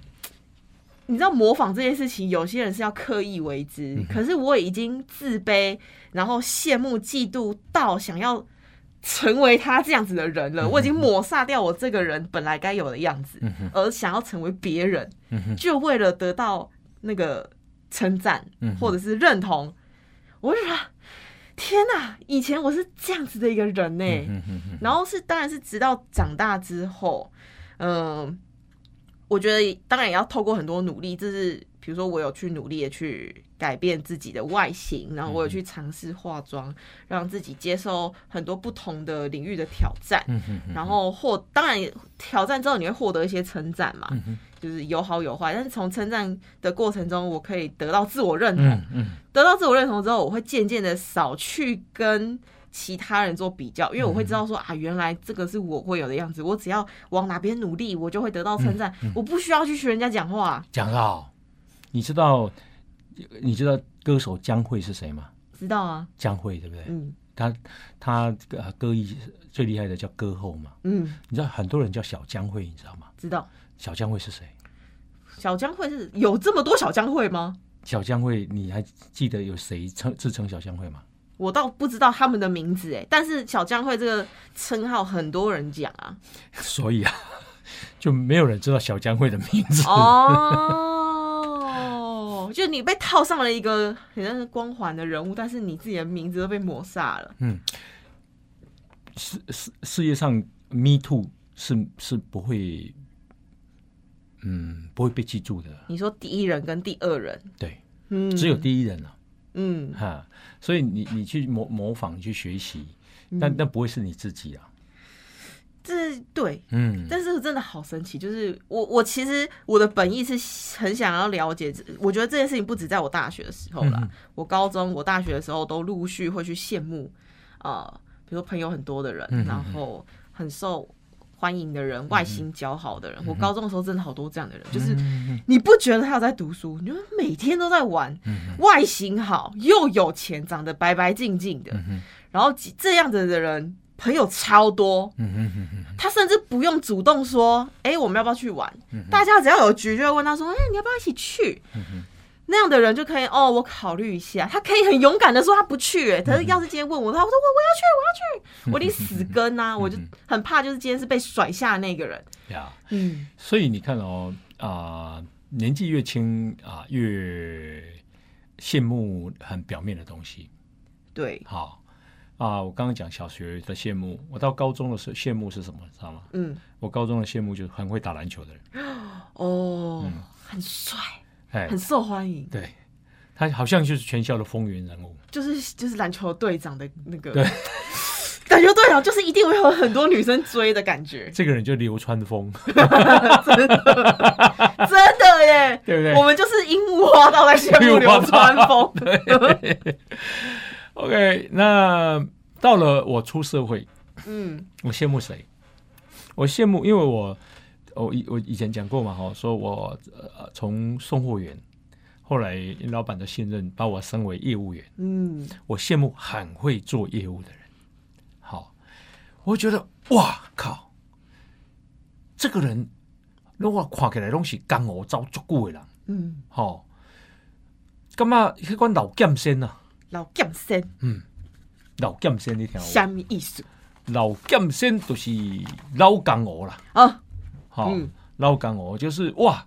[SPEAKER 2] 你知道模仿这件事情，有些人是要刻意为之，可是我已经自卑，然后羡慕、嫉妒到想要成为他这样子的人了，我已经抹杀掉我这个人本来该有的样子，而想要成为别人，
[SPEAKER 1] 嗯哼，
[SPEAKER 2] 就为了得到那个称赞
[SPEAKER 1] 嗯哼
[SPEAKER 2] 或者是认同，我就觉得天哪、以前我是这样子的一个人呢、
[SPEAKER 1] 嗯哼哼，
[SPEAKER 2] 然后是，当然是直到长大之后，嗯，我觉得当然也要透过很多努力，就是比如说我有去努力的去改变自己的外形，然后
[SPEAKER 1] 嗯
[SPEAKER 2] 我有去尝试化妆，让自己接受很多不同的领域的挑战，
[SPEAKER 1] 嗯哼哼，
[SPEAKER 2] 然后获当然挑战之后你会获得一些称赞嘛，
[SPEAKER 1] 嗯
[SPEAKER 2] 就是有好有坏，但是从称赞的过程中，我可以得到自我认同，
[SPEAKER 1] 嗯嗯
[SPEAKER 2] 得到自我认同之后，我会渐渐的少去跟其他人做比较，因为我会知道说啊，原来这个是我会有的样子，我只要往哪边努力，我就会得到称赞，我不需要去学人家讲话，
[SPEAKER 1] 讲得好，你知道你知道歌手江蕙是谁吗？
[SPEAKER 2] 知道啊？
[SPEAKER 1] 江蕙对不对？
[SPEAKER 2] 嗯
[SPEAKER 1] 他他呃歌艺最厉害的叫歌后嘛，
[SPEAKER 2] 嗯，
[SPEAKER 1] 你知道很多人叫小江蕙，你知道吗？
[SPEAKER 2] 知道。
[SPEAKER 1] 小江蕙是谁？
[SPEAKER 2] 小江会是有这么多小江会吗？
[SPEAKER 1] 小江蕙，你还记得有谁称自称小江蕙吗？
[SPEAKER 2] 我倒不知道他们的名字哎，但是小江会这个称号很多人讲啊。
[SPEAKER 1] 所以啊， 就没有人知道小江蕙的名字。
[SPEAKER 2] 哦，就你被套上了一个很像是光环的人物，但是你自己的名字都被抹杀了。
[SPEAKER 1] 世世世界上 Me Too 是是不会，嗯，不会被记住的。
[SPEAKER 2] 你说第一人跟第二人，
[SPEAKER 1] 对，
[SPEAKER 2] 嗯，
[SPEAKER 1] 只有第一人了、
[SPEAKER 2] 嗯
[SPEAKER 1] 哈、所以你你去模模仿，你去学习，但但不会是你自己啊。
[SPEAKER 2] 这对，
[SPEAKER 1] 嗯，
[SPEAKER 2] 但是真的好神奇，就是我我其实我的本意是很想要了解这，我觉得这件事情不止在我大学的时候啦，
[SPEAKER 1] 嗯
[SPEAKER 2] 我高中、我大学的时候都陆续会去羡慕，呃，比如说朋友很多的人，
[SPEAKER 1] 嗯嗯嗯
[SPEAKER 2] 然后很受欢迎的人，外形姣好的人，我高中的时候真的好多这样的人，就是
[SPEAKER 1] 嗯
[SPEAKER 2] 你不觉得他有在读书？你就每天都在玩，外形好又有钱，长得白白净净的，
[SPEAKER 1] 哼
[SPEAKER 2] 然后几这样子的人朋友超多，
[SPEAKER 1] 嗯嗯嗯嗯
[SPEAKER 2] 他甚至不用主动说：“哎、我们要不要去玩？”大家只要有局就会问他说：“哎、你要不要一起去？”那样的人就可以哦，我考虑一下。他可以很勇敢的说他不去、哎，可是要是今天问我的话，我说我 我要去，我要去，我一定死跟呐、我就很怕，就是今天是被甩下的那个人。
[SPEAKER 1] 呀
[SPEAKER 2] 嗯
[SPEAKER 1] 所以你看哦，啊、年纪越轻啊、越羡慕很表面的东西。
[SPEAKER 2] 对，
[SPEAKER 1] 好啊、我刚刚讲小学的羡慕，我到高中的时候羡慕是什么，知道吗？
[SPEAKER 2] 嗯，
[SPEAKER 1] 我高中的羡慕就是很会打篮球的人，
[SPEAKER 2] 哦，很帅，
[SPEAKER 1] 哎
[SPEAKER 2] 很，受欢迎，
[SPEAKER 1] 对，他好像就是全校的风云人物。
[SPEAKER 2] 就是就是篮球队长的那个
[SPEAKER 1] 对，
[SPEAKER 2] 篮球队长就是一定会有很多女生追的感觉，
[SPEAKER 1] 这个人就流川枫，
[SPEAKER 2] 真的耶。
[SPEAKER 1] 对不啊对
[SPEAKER 2] 我们就是樱木花道在羡慕流川枫。
[SPEAKER 1] ？OK，那到了我出社会，
[SPEAKER 2] 嗯
[SPEAKER 1] 我羡慕谁？我羡慕，因为我我以我以前讲过嘛，哈，说我呃从送货员，后来老板的信任把我升为业务员，
[SPEAKER 2] 嗯，
[SPEAKER 1] 我羡慕很会做业务的人。好，我觉得哇靠，这个人，那我看起来拢是江湖走足久的人，
[SPEAKER 2] 嗯，
[SPEAKER 1] 吼、感觉迄款老剑仙啊，
[SPEAKER 2] 老剑仙
[SPEAKER 1] 老剑仙你听有无
[SPEAKER 2] 虾米意思？
[SPEAKER 1] 老剑仙就是老江湖啦。
[SPEAKER 2] 啊，
[SPEAKER 1] 好、
[SPEAKER 2] 嗯
[SPEAKER 1] 捞干我就是哇，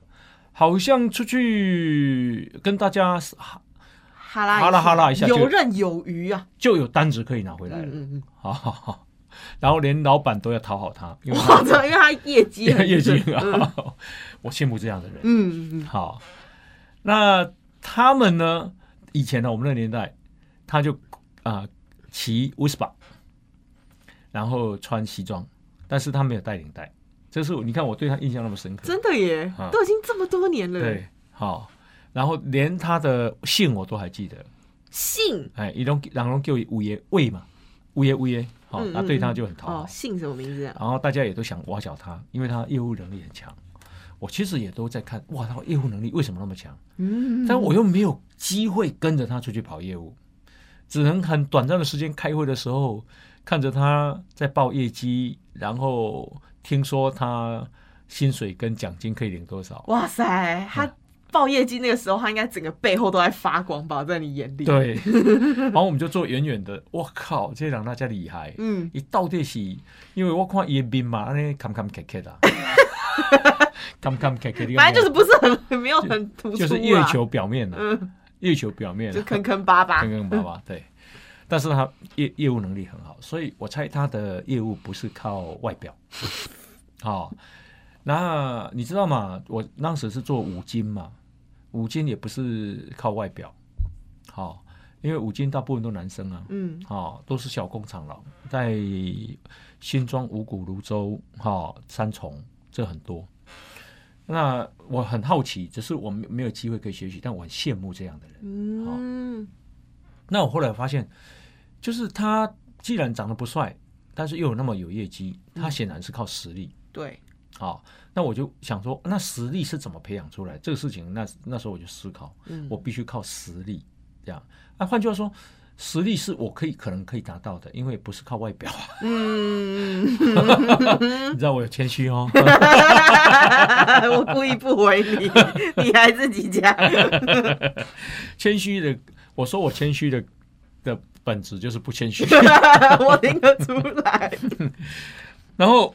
[SPEAKER 1] 好像出去跟大家
[SPEAKER 2] 哈拉
[SPEAKER 1] 哈拉哈拉一下就
[SPEAKER 2] 游刃有余啊。
[SPEAKER 1] 就有单子可以拿回来
[SPEAKER 2] 嗯
[SPEAKER 1] 了，
[SPEAKER 2] 嗯嗯，
[SPEAKER 1] 好好好， 然后连老板都要讨好他，因为
[SPEAKER 2] 哇，
[SPEAKER 1] 他
[SPEAKER 2] 这因为他业 绩
[SPEAKER 1] 因为
[SPEAKER 2] 很
[SPEAKER 1] 业绩
[SPEAKER 2] 嗯
[SPEAKER 1] 很好， 我羡慕这样的人。
[SPEAKER 2] 嗯嗯
[SPEAKER 1] 好，那他们呢？以前呢，我们那个年代，他就啊骑 w h i s p e r 然后穿西装，
[SPEAKER 2] 嗯
[SPEAKER 1] 但是他没有带领带，这是我你看我对他印象那么深刻。
[SPEAKER 2] 真的耶，
[SPEAKER 1] 啊
[SPEAKER 2] 都已经这么多年了。
[SPEAKER 1] 对，好、然后连他的姓我都还记得，
[SPEAKER 2] 姓
[SPEAKER 1] 哎，一种然后叫五爷魏嘛，五爷五爷，好、
[SPEAKER 2] 嗯
[SPEAKER 1] 那、
[SPEAKER 2] 嗯
[SPEAKER 1] 对
[SPEAKER 2] 嗯
[SPEAKER 1] 他就很讨好。
[SPEAKER 2] 哦，姓什么名字啊？
[SPEAKER 1] 然后大家也都想挖角他，因为他业务能力很强。我其实也都在看，哇，他业务能力为什么那么强？
[SPEAKER 2] 嗯，
[SPEAKER 1] 但我又没有机会跟着他出去跑业务，只能很短暂的时间开会的时候，看着他在报业绩，然后听说他薪水跟奖金可以领多少。
[SPEAKER 2] 哇塞，
[SPEAKER 1] 嗯
[SPEAKER 2] 他报业绩那个时候，他应该整个背后都在发光吧，在你眼里。，
[SPEAKER 1] 对，然后我们就坐远远的，我靠，这人那家厉害，
[SPEAKER 2] 嗯，
[SPEAKER 1] 伊到底是因为我看伊的面嘛，安尼坎坎坷坷 啦，坎坎坷坷，你
[SPEAKER 2] 反正就是是不是很很没有很突出、
[SPEAKER 1] 就
[SPEAKER 2] 啊，
[SPEAKER 1] 是月，球表面啊，
[SPEAKER 2] 嗯，
[SPEAKER 1] 月球表面啊
[SPEAKER 2] 就坑坑巴巴
[SPEAKER 1] 坑。坑巴巴，对。但是他业业务能力很好，所以我猜他的业务不是靠外 表。好、那你知道吗？我当时是做五金嘛，五金也不是靠外表。好、因为五金大部分都男生啊，
[SPEAKER 2] 嗯，
[SPEAKER 1] 哦，都是小工厂了，在新庄、五股、泸州、哈、三重这很多。那我很好奇，只是我没没有机会可以学习，但我很羡慕这样的人。
[SPEAKER 2] 嗯，
[SPEAKER 1] 那我后来发现，就是他既然长得不帅，但是又有那么有业绩，他显然是靠实力。
[SPEAKER 2] 对，
[SPEAKER 1] 好，那我就想说，那实力是怎么培养出来？这个事情那，那时候我就思考，
[SPEAKER 2] 嗯
[SPEAKER 1] 我必须靠实力这样。那、换句话说，实力是我可以可能可以达到的，因为不是靠外表。
[SPEAKER 2] 嗯，
[SPEAKER 1] 你知道我有谦虚哦。
[SPEAKER 2] 我故意不回你， 你还自己讲。
[SPEAKER 1] 谦虚的，我说我谦虚的的本质就是不谦虚。
[SPEAKER 2] 我听得出来。
[SPEAKER 1] 然后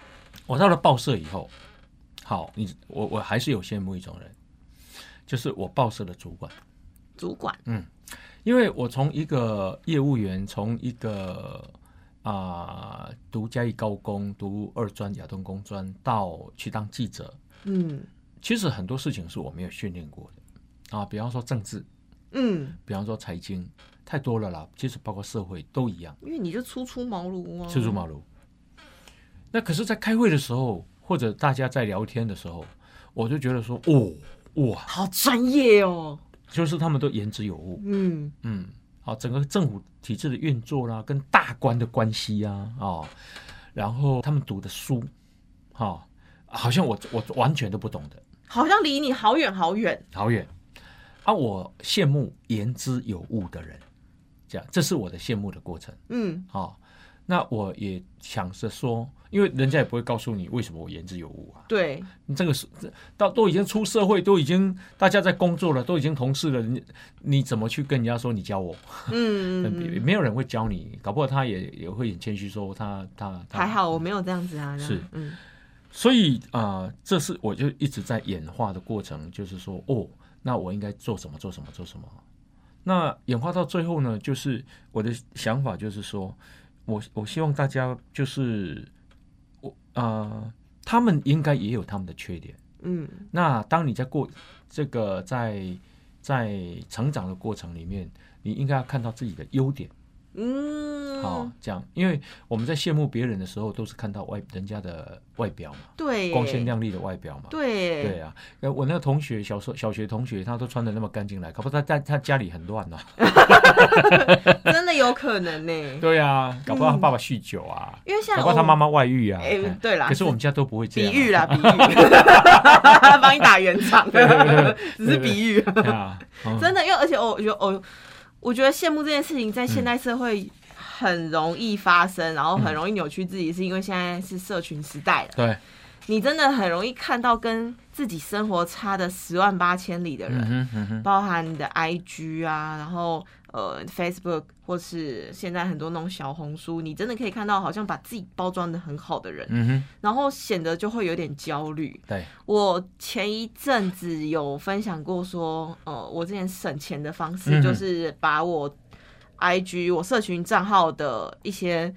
[SPEAKER 1] 我到了报社以后，好，你我我还是有羡慕一种人，就是我报社的主管，
[SPEAKER 2] 主管，
[SPEAKER 1] 因为我从一个业务员，从一个啊、读嘉义高工，读二专亚东工专，到去当记者，
[SPEAKER 2] 嗯
[SPEAKER 1] 其实很多事情是我没有训练过的啊，比方说政治，
[SPEAKER 2] 嗯，
[SPEAKER 1] 比方说财经，太多了啦，其实包括社会都一样。
[SPEAKER 2] 因为你就初出茅庐啊，
[SPEAKER 1] 初出茅庐。那可是，在开会的时候，或者大家在聊天的时候，我就觉得说，哦，哇，
[SPEAKER 2] 好专业哦。
[SPEAKER 1] 就是他们都言之有物，
[SPEAKER 2] 嗯
[SPEAKER 1] 嗯，好，整个政府体制的运作啦、跟大官的关系啊，啊、然后他们读的书，哈、好像我我完全都不懂的，
[SPEAKER 2] 好像离你好远好远。
[SPEAKER 1] 好远啊，我羡慕言之有物的人，这样，这是我的羡慕的过程。
[SPEAKER 2] 嗯
[SPEAKER 1] 好、那我也想着说，因为人家也不会告诉你为什么我言之有物啊。
[SPEAKER 2] 对，
[SPEAKER 1] 你这个是这到都已经出社会，都已经大家在工作了，都已经同事了，你你怎么去跟人家说你教我？
[SPEAKER 2] 嗯，
[SPEAKER 1] 没有人会教你，搞不好他也也会很谦虚说他他他
[SPEAKER 2] 还。好我没有这样子啊。这样
[SPEAKER 1] 是，
[SPEAKER 2] 嗯
[SPEAKER 1] 所以啊、呃这是我就一直在演化的过程，就是说哦，那我应该做什么做什么做什么。那演化到最后呢，就是我的想法就是说，我我希望大家就是我啊、呃他们应该也有他们的缺点。
[SPEAKER 2] 嗯
[SPEAKER 1] 那当你在过这个在在成长的过程里面，你应该要看到自己的优点，
[SPEAKER 2] 嗯，
[SPEAKER 1] 好、这样，因为我们在羡慕别人的时候，都是看到外人家的外表嘛，
[SPEAKER 2] 对，
[SPEAKER 1] 光鲜亮丽的外表嘛。
[SPEAKER 2] 对
[SPEAKER 1] 对啊，呃我那个同学，小时候小学同学，他都穿的那么干净来，搞不好他他他家里很乱呐、啊
[SPEAKER 2] 真的有可能呢、
[SPEAKER 1] 对啊，搞不好他爸爸酗酒啊，
[SPEAKER 2] 因为像
[SPEAKER 1] 搞不好他妈妈外遇啊。
[SPEAKER 2] 嗯哎
[SPEAKER 1] 哎
[SPEAKER 2] 对啦
[SPEAKER 1] 可是我们家都不会这
[SPEAKER 2] 比
[SPEAKER 1] 样、啊
[SPEAKER 2] 喻 啦，比喻，帮你打圆场， 只是比喻，
[SPEAKER 1] 对啊，嗯
[SPEAKER 2] 真的，因为而且我我觉得我我觉得羡慕这件事情
[SPEAKER 1] 嗯
[SPEAKER 2] 在现代社会很容易发生，然后很容易扭曲自己，是因为现在是社群时代了，
[SPEAKER 1] 对，
[SPEAKER 2] 你真的很容易看到跟自己生活差的十万八千里的人
[SPEAKER 1] 嗯，哼嗯哼，
[SPEAKER 2] 包含你的 IG 啊，然后呃 Facebook 或是现在很多那种小红书，你真的可以看到好像把自己包装的很好的人，
[SPEAKER 1] 嗯哼，
[SPEAKER 2] 然后显得就会有点焦虑。
[SPEAKER 1] 对，
[SPEAKER 2] 我前一阵子有分享过说，呃，我之前省钱的方
[SPEAKER 1] 嗯
[SPEAKER 2] 式就是把我 IG 我社群账号的一
[SPEAKER 1] 嗯
[SPEAKER 2] 些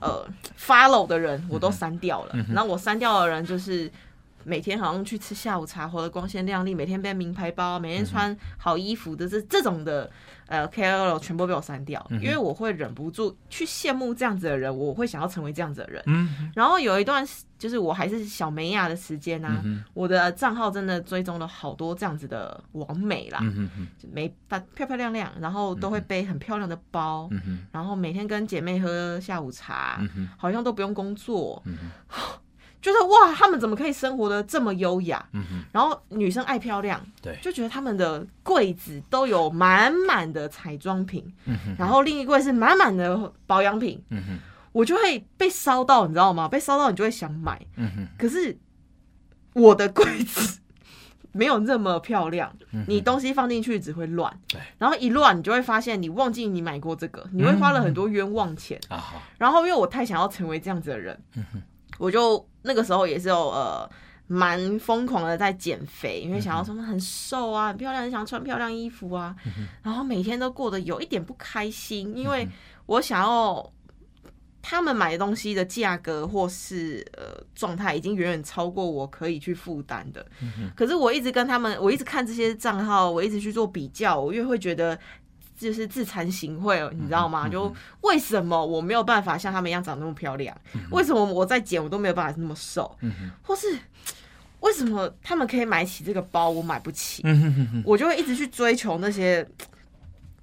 [SPEAKER 2] 呃 follow 的人我都删掉了，然后我删掉的人就是。每天好像去吃下午茶，活得光鲜亮丽，每天背名牌包，每天
[SPEAKER 1] 嗯
[SPEAKER 2] 穿好衣服的这这种的呃 KOL 全部被我删掉，
[SPEAKER 1] 嗯哼
[SPEAKER 2] 因为我会忍不住去羡慕这样子的人，我会想要成为这样子的人。
[SPEAKER 1] 嗯
[SPEAKER 2] 然后有一段时就是我还是小美亚的时间啊，
[SPEAKER 1] 嗯
[SPEAKER 2] 我的账号真的追踪了好多这样子的完美啦，
[SPEAKER 1] 嗯哼哼
[SPEAKER 2] 就美大漂漂亮亮，然后都会背很漂亮的包，
[SPEAKER 1] 嗯哼
[SPEAKER 2] 然后每天跟姐妹喝下午茶，
[SPEAKER 1] 嗯哼
[SPEAKER 2] 好像都不用工作，
[SPEAKER 1] 嗯哼
[SPEAKER 2] 就是哇，他们怎么可以生活的这么优雅？
[SPEAKER 1] 嗯哼，
[SPEAKER 2] 然后女生爱漂亮，
[SPEAKER 1] 对
[SPEAKER 2] 就觉得他们的柜子都有满满的彩妆品，
[SPEAKER 1] 嗯哼
[SPEAKER 2] 然后另一柜是满满的保养品，
[SPEAKER 1] 嗯哼
[SPEAKER 2] 我就会被烧到，你知道吗？被烧到你就会想买，
[SPEAKER 1] 嗯哼，
[SPEAKER 2] 可是我的柜子 没有那么漂亮，
[SPEAKER 1] 嗯
[SPEAKER 2] 你东西放进去只会乱
[SPEAKER 1] 对，
[SPEAKER 2] 然后一乱你就会发现你忘记你买过这个，你会花了很多冤枉钱。
[SPEAKER 1] 啊好，
[SPEAKER 2] 然后因为我太想要成为这样子的人，我就那个时候也是有呃。蛮疯狂的在减肥，因为想要什么很瘦啊、很漂亮，很想穿漂亮衣服啊，然后每天都过得有一点不开心，因
[SPEAKER 1] 嗯
[SPEAKER 2] 为我想要他们买的东西的价格或是呃状态已经远远超过我可以去负担的。
[SPEAKER 1] 嗯
[SPEAKER 2] 可是我一直跟他们，我一直看这些账号，我一直去做比较，我越会觉得就是自惭形秽，
[SPEAKER 1] 嗯
[SPEAKER 2] 你知道吗？就为什么我没有办法像他们一样长那么漂亮？为什么我在减我都没有办法那么瘦？
[SPEAKER 1] 嗯哼
[SPEAKER 2] 或是为什么他们可以买起这个包，我买不起？
[SPEAKER 1] 嗯哼哼哼，
[SPEAKER 2] 我就会一直去追求那些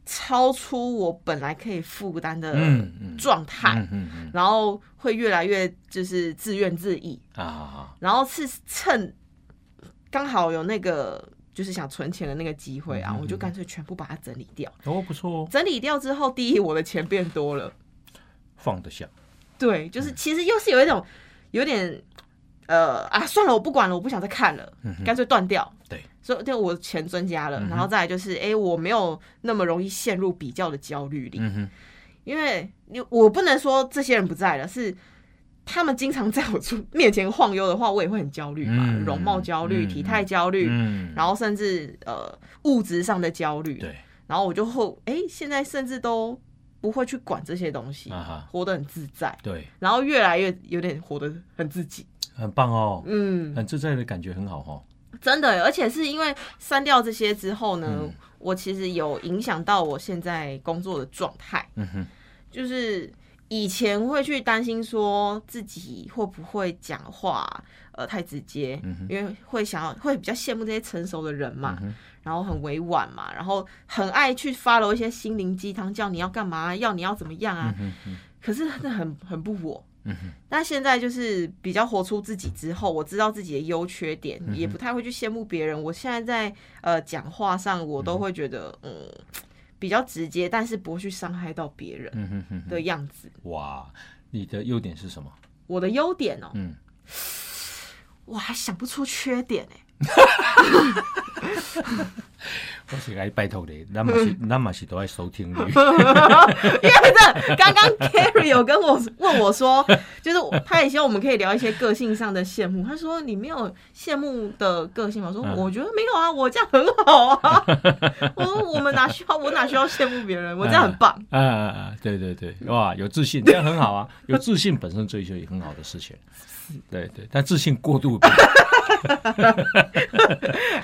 [SPEAKER 2] 超出我本来可以负担的
[SPEAKER 1] 嗯嗯
[SPEAKER 2] 状态，
[SPEAKER 1] 嗯哼哼
[SPEAKER 2] 然后会越来越就是自怨自艾，
[SPEAKER 1] 啊好好，
[SPEAKER 2] 然后是趁刚好有那个就是想存钱的那个机会
[SPEAKER 1] 嗯
[SPEAKER 2] 啊，我就干脆全部把它整理掉。
[SPEAKER 1] 哦不错哦，
[SPEAKER 2] 整理掉之后，第一我的钱变多了，
[SPEAKER 1] 放得下，
[SPEAKER 2] 对，就是
[SPEAKER 1] 嗯
[SPEAKER 2] 其实又是有一种有点呃啊，算了，我不管了，我不想再看了，干脆断掉。
[SPEAKER 1] 嗯对，嗯
[SPEAKER 2] 所以对我钱增加了，然后再来就是，哎、我没有那么容易陷入比较的焦虑里，
[SPEAKER 1] 嗯哼
[SPEAKER 2] 因为你我不能说这些人不在了，是。他们经常在我出面前晃悠的话，我也会很焦虑嘛，
[SPEAKER 1] 嗯
[SPEAKER 2] 容貌焦虑、
[SPEAKER 1] 嗯
[SPEAKER 2] 体态焦虑，
[SPEAKER 1] 嗯，
[SPEAKER 2] 然后甚至呃物质上的焦虑。
[SPEAKER 1] 对
[SPEAKER 2] 然后我就后哎、现在甚至都不会去管这些东西，
[SPEAKER 1] 啊哈
[SPEAKER 2] 活得很自在，
[SPEAKER 1] 对，
[SPEAKER 2] 然后越来越有点活得很自己。
[SPEAKER 1] 很棒哦，
[SPEAKER 2] 嗯，
[SPEAKER 1] 很自在的感觉很好哦，
[SPEAKER 2] 真的，而且是因为删掉这些之后呢，
[SPEAKER 1] 嗯
[SPEAKER 2] 我其实有影响到我现在工作的状态，
[SPEAKER 1] 嗯哼
[SPEAKER 2] 就是。以前会去担心说自己会不会讲话，呃，太直接，
[SPEAKER 1] 嗯哼
[SPEAKER 2] 因为会想要会比较羡慕这些成熟的人嘛，
[SPEAKER 1] 嗯哼
[SPEAKER 2] 然后很委婉嘛，然后很爱去 follow 一些心灵鸡汤，叫你要干嘛，要你要怎么样啊
[SPEAKER 1] 嗯。哼嗯
[SPEAKER 2] 可是真的很很不我。
[SPEAKER 1] 嗯哼
[SPEAKER 2] 但现在就是比较活出自己之后，我知道自己的优缺点，
[SPEAKER 1] 嗯
[SPEAKER 2] 也不太会去羡慕别人。我现在在呃讲话上，我都会觉得嗯比较直接，但是不会去伤害到别人
[SPEAKER 1] 嗯哼嗯哼，
[SPEAKER 2] 的样子。
[SPEAKER 1] 哇，你的优点是什么？
[SPEAKER 2] 我的优点哦、
[SPEAKER 1] 嗯。
[SPEAKER 2] 我还想不出缺点哎、
[SPEAKER 1] 我是来拜托你，咱嘛是咱嘛是都爱收听率，
[SPEAKER 2] 因 为哎这刚刚 Carrie 有跟我问我说，就是我他也希望我们可以聊一些个性上的羡慕。他说你没有羡慕的个性吗？我说
[SPEAKER 1] 嗯
[SPEAKER 2] 我觉得没有啊，我这样很好啊。 我说我们哪需要我哪需要羡慕别人，我这样很棒。
[SPEAKER 1] 啊啊啊！对对对，哇，有自信，这样很好 啊。有自信本身追求也很好的事情，对对。但自信过度，嗯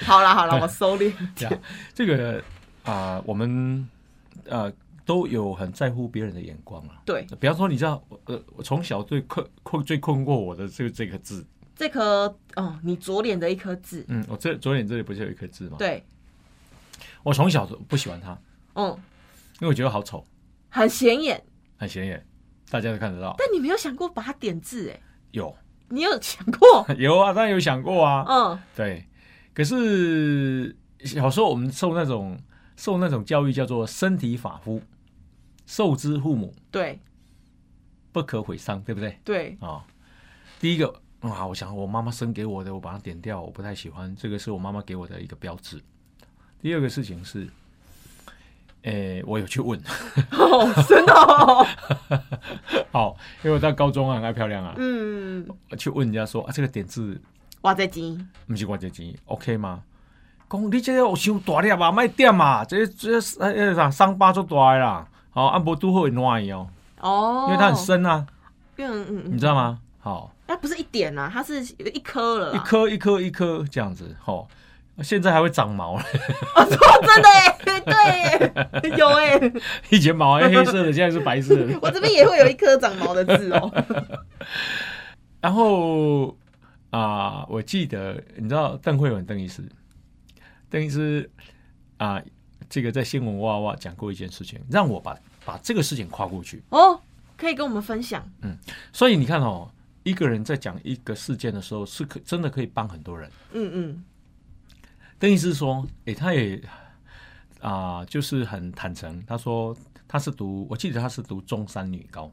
[SPEAKER 2] 好啦好啦，我收敛。
[SPEAKER 1] 这样这个啊、我们呃都有很在乎别人的眼光啊。
[SPEAKER 2] 对，
[SPEAKER 1] 比方说，你知道，呃，我从小最困困最困惑我的就是这个字，
[SPEAKER 2] 这颗哦，你左脸的一颗痣，
[SPEAKER 1] 嗯，我这左脸这里不是有一颗痣吗？，
[SPEAKER 2] 对，
[SPEAKER 1] 我从小都不喜欢它，
[SPEAKER 2] 嗯，
[SPEAKER 1] 因为我觉得好丑，
[SPEAKER 2] 很显眼。
[SPEAKER 1] 很显眼，大家都看得到。
[SPEAKER 2] 但你没有想过把它点痣哎、
[SPEAKER 1] 有
[SPEAKER 2] 你有想过？
[SPEAKER 1] 有啊，当然有想过啊，
[SPEAKER 2] 嗯，
[SPEAKER 1] 对，可是小时候我们受那种受那种教育叫做身体发肤，受之父母，
[SPEAKER 2] 对
[SPEAKER 1] 不可毁伤，对不对
[SPEAKER 2] 对，
[SPEAKER 1] 啊、第一个啊，我想我妈妈生给我的，我把它点掉，我不太喜欢，这个是我妈妈给我的一个标志。第二个事情是，诶，我有去问，
[SPEAKER 2] 哦，真的哦，
[SPEAKER 1] 好、哦因为我到高中啊很爱漂亮啊，
[SPEAKER 2] 嗯，
[SPEAKER 1] 去问人家说啊，这个点痣
[SPEAKER 2] 哇塞，金。
[SPEAKER 1] 不是我这钱，OK 吗？讲你这个有伤大粒啊，卖点啊，这这呃啥伤疤足大的啦，好、啊无拄好会烂去哦，
[SPEAKER 2] 哦，
[SPEAKER 1] 因为它很深啊，
[SPEAKER 2] 嗯，嗯嗯，
[SPEAKER 1] 你知道吗？好、好、
[SPEAKER 2] 那不是一点啦，它是有一颗了啦，
[SPEAKER 1] 一颗一颗一颗这样子，好、现在还会长毛了，
[SPEAKER 2] 哦，错，真的哎，对耶， 有哎，
[SPEAKER 1] 以前毛还黑色的，现在是白色 的。
[SPEAKER 2] 我这边也会有一颗长毛的痣哦。
[SPEAKER 1] 然后啊、我记得你知道邓慧文邓医师，邓医师啊、这个在新闻哇哇讲过一件事情，让我把把这个事情跨过去。
[SPEAKER 2] 哦，可以跟我们分享，
[SPEAKER 1] 所以你看哦，一个人在讲一个事件的时候，是可真的可以帮很多人。
[SPEAKER 2] 嗯嗯，
[SPEAKER 1] 邓医师说，诶，他也啊、就是很坦诚，他说他是读，我记得他是读中山女高。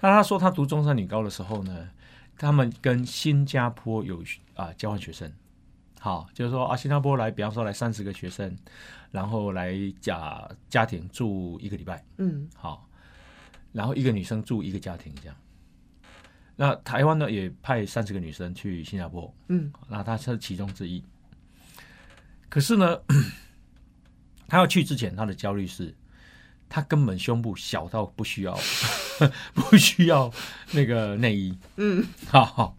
[SPEAKER 1] 那他说他读中山女高的时候呢，他们跟新加坡有啊、交换学生，好，就是说啊，新加坡来，比方说来三十个学生，然后来家家庭住一个礼拜，
[SPEAKER 2] 嗯，
[SPEAKER 1] 好，然后一个女生住一个家庭这样。那台湾呢也派三十个女生去新加坡，
[SPEAKER 2] 嗯，
[SPEAKER 1] 那她是其中之一。可是呢， 她要去之前，她的焦虑是，她根本胸部小到不需要， 不需要那个内衣，
[SPEAKER 2] 嗯，
[SPEAKER 1] 好好。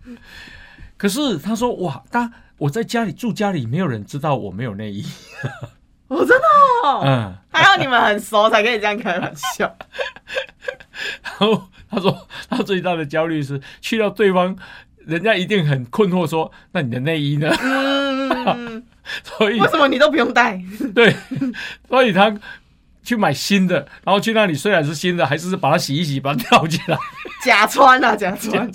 [SPEAKER 1] 可是她说，哇，她我在家里住家里，没有人知道我没有内衣，
[SPEAKER 2] 我真的哦，
[SPEAKER 1] 嗯。
[SPEAKER 2] 还好你们很熟才可以这样开玩笑。
[SPEAKER 1] 然后他说， 他最大的焦虑是去到对方，人家一定很困惑说：“那你的内衣呢
[SPEAKER 2] 嗯，？”
[SPEAKER 1] 所以
[SPEAKER 2] 为什么你都不用带？
[SPEAKER 1] 对，所以他去买新的，然后去那里虽然是新的，还是把它洗一洗，把它吊起来。
[SPEAKER 2] 假穿啊，假穿。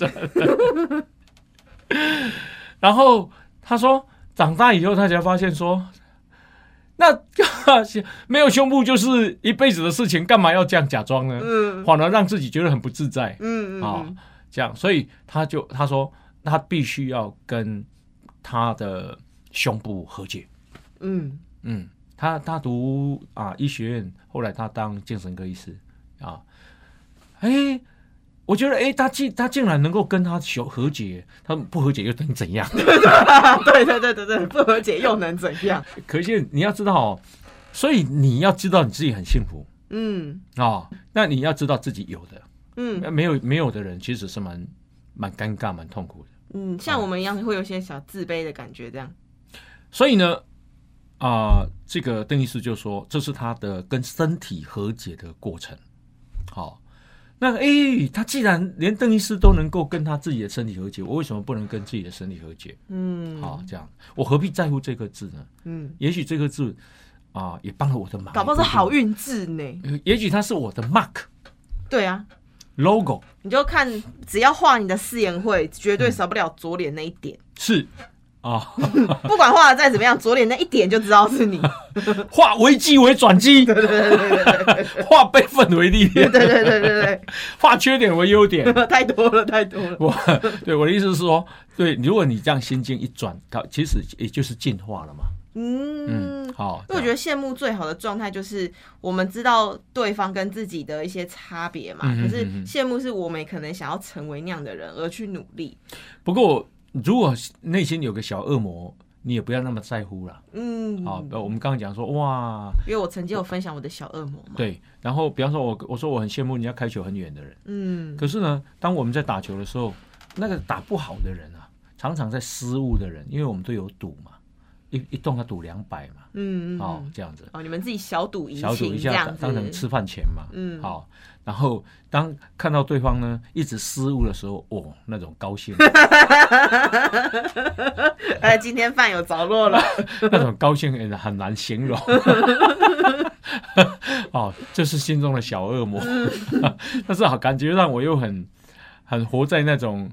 [SPEAKER 1] 然后他说，长大以后他才发现说，那 没有胸部就是一辈子的事情，干嘛要这样假装呢？
[SPEAKER 2] 嗯
[SPEAKER 1] 反而让自己觉得很不自在。
[SPEAKER 2] 嗯嗯
[SPEAKER 1] 啊、
[SPEAKER 2] 嗯，
[SPEAKER 1] 这样，所以他就他说他必须要跟他的胸部和解。
[SPEAKER 2] 嗯，
[SPEAKER 1] 嗯，他他读啊医学院，后来他当精神科医师啊。哎，我觉得哎，他竟他竟然能够跟他求和解，他们不和解又能怎样？
[SPEAKER 2] 对对对对对，不和解又能怎样？
[SPEAKER 1] 可见你要知道哦，所以你要知道你自己很幸福
[SPEAKER 2] 嗯
[SPEAKER 1] 啊、那你要知道自己有的，
[SPEAKER 2] 嗯
[SPEAKER 1] 没有没有的人其实是蛮蛮尴尬、蛮痛苦的。
[SPEAKER 2] 嗯，像我们一样会有些小自卑的感觉，这样。
[SPEAKER 1] 所以呢，啊、这个邓医师就说，这是他的跟身体和解的过程。好，那诶，他既然连邓医师都能够跟他自己的身体和解，我为什么不能跟自己的身体和解？
[SPEAKER 2] 嗯，
[SPEAKER 1] 好，，这样我何必在乎这个字呢？
[SPEAKER 2] 嗯，
[SPEAKER 1] 也许这个字啊、也帮了我的忙，
[SPEAKER 2] 搞不好是好运字呢。
[SPEAKER 1] 呃，也许它是我的 mark
[SPEAKER 2] 对啊，
[SPEAKER 1] logo
[SPEAKER 2] 你就看，只要画你的誓言会，绝对少不了左脸那一点。
[SPEAKER 1] 是啊，
[SPEAKER 2] 不管画的再怎么样，左脸那一点就知道是你。
[SPEAKER 1] 化危机为转机，
[SPEAKER 2] 对对对对对对
[SPEAKER 1] 化悲愤为力量，
[SPEAKER 2] 对对对对
[SPEAKER 1] 化缺点为优点。
[SPEAKER 2] 对，太多了太多了。
[SPEAKER 1] 我对我的意思是说，对，如果你这样心境一转，它其实也就是进化了嘛。
[SPEAKER 2] 嗯，
[SPEAKER 1] 嗯，好，
[SPEAKER 2] 因为我觉得羡慕最好的状态就是我们知道对方跟自己的一些差别嘛。
[SPEAKER 1] 嗯嗯嗯
[SPEAKER 2] 可是羡慕是我们可能想要成为那样的人而去努力。
[SPEAKER 1] 不过如果内心有个小恶魔，你也不要那么在乎啦。
[SPEAKER 2] 嗯，
[SPEAKER 1] 好，我们刚刚讲说哇，
[SPEAKER 2] 因为我曾经有分享我的小恶魔嘛。
[SPEAKER 1] 对，然后比方说我我说我很羡慕人家开球很远的人，
[SPEAKER 2] 嗯，
[SPEAKER 1] 可是呢，当我们在打球的时候，那个打不好的人啊，常常在失误的人，因为我们都有赌嘛，一一动要赌两百嘛，
[SPEAKER 2] 嗯，嗯
[SPEAKER 1] 哦
[SPEAKER 2] 嗯，
[SPEAKER 1] 这样子。
[SPEAKER 2] 哦，你们自己小赌怡
[SPEAKER 1] 小赌
[SPEAKER 2] 情
[SPEAKER 1] 一
[SPEAKER 2] 这
[SPEAKER 1] 下，
[SPEAKER 2] 样
[SPEAKER 1] 当当
[SPEAKER 2] 子，
[SPEAKER 1] 成吃饭钱嘛。
[SPEAKER 2] 嗯
[SPEAKER 1] 好。然后当看到对方呢一直失误的时候，哦，那种高 兴，
[SPEAKER 2] 哎，今天饭有着 落了。
[SPEAKER 1] 那种高兴也很难形 容。哦，这是心中的小恶魔，
[SPEAKER 2] 嗯
[SPEAKER 1] 但是好感觉让我又很很活在那种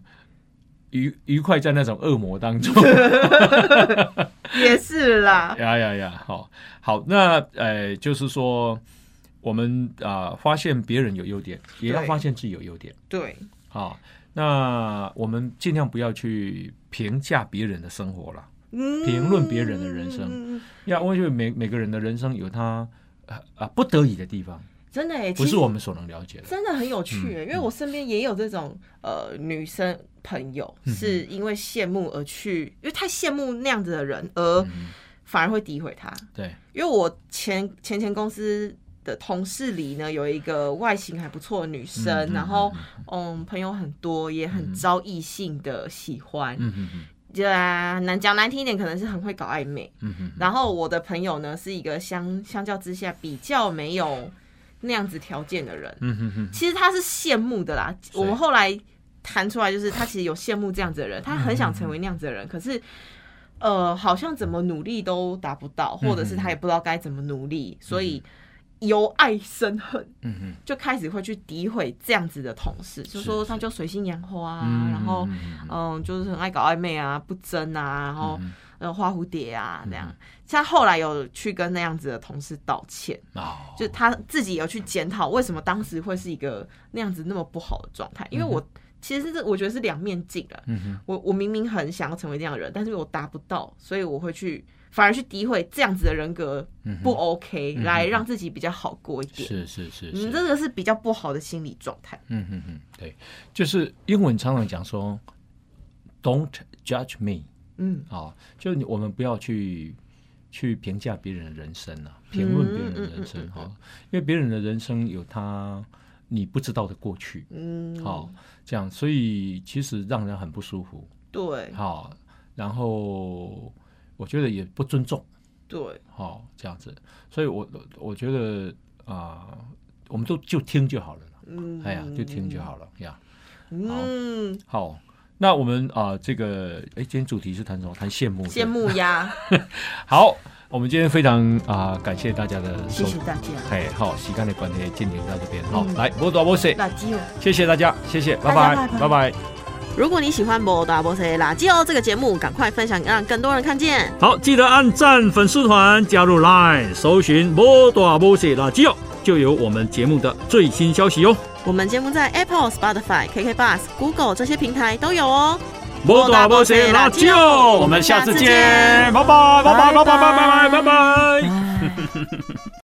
[SPEAKER 1] 愉愉快在那种恶魔当 中。
[SPEAKER 2] 也是啦，
[SPEAKER 1] 呀呀呀！好好，那呃，就是说我们啊、发现别人有优点，也要
[SPEAKER 2] 对
[SPEAKER 1] 发现自己有优点。
[SPEAKER 2] 对，
[SPEAKER 1] 好，那我们尽量不要去评价别人的生活啦。评
[SPEAKER 2] 评
[SPEAKER 1] 论别人的人生要，我觉得每每个人的人生有他呃啊不得已的地方，
[SPEAKER 2] 真的哎，
[SPEAKER 1] 不
[SPEAKER 2] 其
[SPEAKER 1] 是
[SPEAKER 2] 实
[SPEAKER 1] 我们所能了解的。
[SPEAKER 2] 真的很有趣耶，
[SPEAKER 1] 嗯
[SPEAKER 2] 因为我身边也有这种呃女生朋友，
[SPEAKER 1] 嗯
[SPEAKER 2] 是因为羡慕而去，因为太羡慕那样子的人，而
[SPEAKER 1] 嗯，
[SPEAKER 2] 反而会诋毁他。
[SPEAKER 1] 对，
[SPEAKER 2] 因为我前前前公司的同事里呢，有一个外形还不错的女生，
[SPEAKER 1] 嗯嗯
[SPEAKER 2] 然后嗯，朋友很多，也很招异性的喜欢。
[SPEAKER 1] 嗯嗯嗯
[SPEAKER 2] 对啊，难讲难听一点，可能是很会搞暧昧。
[SPEAKER 1] 嗯嗯
[SPEAKER 2] 然后我的朋友呢，是一个相相较之下比较没有那样子条件的人。
[SPEAKER 1] 嗯嗯嗯，
[SPEAKER 2] 其实他是羡慕的啦。我们后来谈出来，就是他其实有羡慕这样子的人，他很
[SPEAKER 1] 嗯
[SPEAKER 2] 想成为那样子的人，可是。呃，好像怎么努力都达不到，或者是他也
[SPEAKER 1] 嗯
[SPEAKER 2] 不知道该怎么努力，所以由爱生恨，
[SPEAKER 1] 嗯嗯
[SPEAKER 2] 就开始会去诋毁这样子的同事，就说他就随性养花啊，
[SPEAKER 1] 嗯，
[SPEAKER 2] 然后
[SPEAKER 1] 嗯嗯嗯
[SPEAKER 2] 嗯，就是很爱搞暧昧啊，不争啊，然后
[SPEAKER 1] 嗯
[SPEAKER 2] 呃花蝴蝶啊这样。他后来有去跟那样子的同事道歉，
[SPEAKER 1] 哦，
[SPEAKER 2] 就他自己有去检讨为什么当时会是一个那样子那么不好的状态，因为我其实是我觉得是两面镜的，
[SPEAKER 1] 嗯哼
[SPEAKER 2] 我我明明很想要成为这样的人，但是我达不到，所以我会去反而去诋毁这样子的人格
[SPEAKER 1] 嗯哼
[SPEAKER 2] 不 OK，、
[SPEAKER 1] 嗯哼
[SPEAKER 2] 来让自己比较好过一点。
[SPEAKER 1] 是是是
[SPEAKER 2] 嗯，
[SPEAKER 1] 是，
[SPEAKER 2] 这个是比较不好的心理状态。
[SPEAKER 1] 嗯嗯嗯，对，就是英文常常讲说，Don't judge me
[SPEAKER 2] 嗯，
[SPEAKER 1] 啊、就你我们不要去去评价别人的人生啊，评论别人的人生
[SPEAKER 2] 嗯嗯嗯嗯
[SPEAKER 1] 哈、因为别人的人生有他你不知道的过去，
[SPEAKER 2] 嗯，
[SPEAKER 1] 好、，这样，所以其实让人很不舒服，
[SPEAKER 2] 对
[SPEAKER 1] 好、然后我觉得也不尊重，
[SPEAKER 2] 对，
[SPEAKER 1] 好、这样子，所以我我觉得啊、我们都就听就好了啦，
[SPEAKER 2] 嗯，
[SPEAKER 1] 哎呀，就听就好了呀。
[SPEAKER 2] 嗯，
[SPEAKER 1] 好，那我们啊、这个哎，今天主题是谈什么？谈羡慕。
[SPEAKER 2] 羡。慕 呀，
[SPEAKER 1] 好，我们今天非常啊、感谢大家的
[SPEAKER 2] 谢
[SPEAKER 1] 收
[SPEAKER 2] 谢大家，
[SPEAKER 1] 哎，好，时间的关系，进行到这边。好，
[SPEAKER 2] 嗯
[SPEAKER 1] 来，我大我谢，
[SPEAKER 2] 垃圾哦。
[SPEAKER 1] 谢谢大家，谢谢，拜拜，
[SPEAKER 2] 大家拜拜
[SPEAKER 1] 拜拜。
[SPEAKER 2] 如果你喜欢《波大波塞垃圾哦》这个节目，赶快分享，让更多人看见。
[SPEAKER 3] 好，记得按赞粉丝团，加入 Line，搜寻“摩大摩西垃圾哦”，就有我们节目的最新消息哟。哦
[SPEAKER 2] 我们节目在 Apple、Spotify、KK Bus、Google 这些平台都有哦。
[SPEAKER 3] 摩大摩西垃圾哦，我们下次见，拜拜，拜拜，拜拜，拜拜，拜拜。
[SPEAKER 2] 拜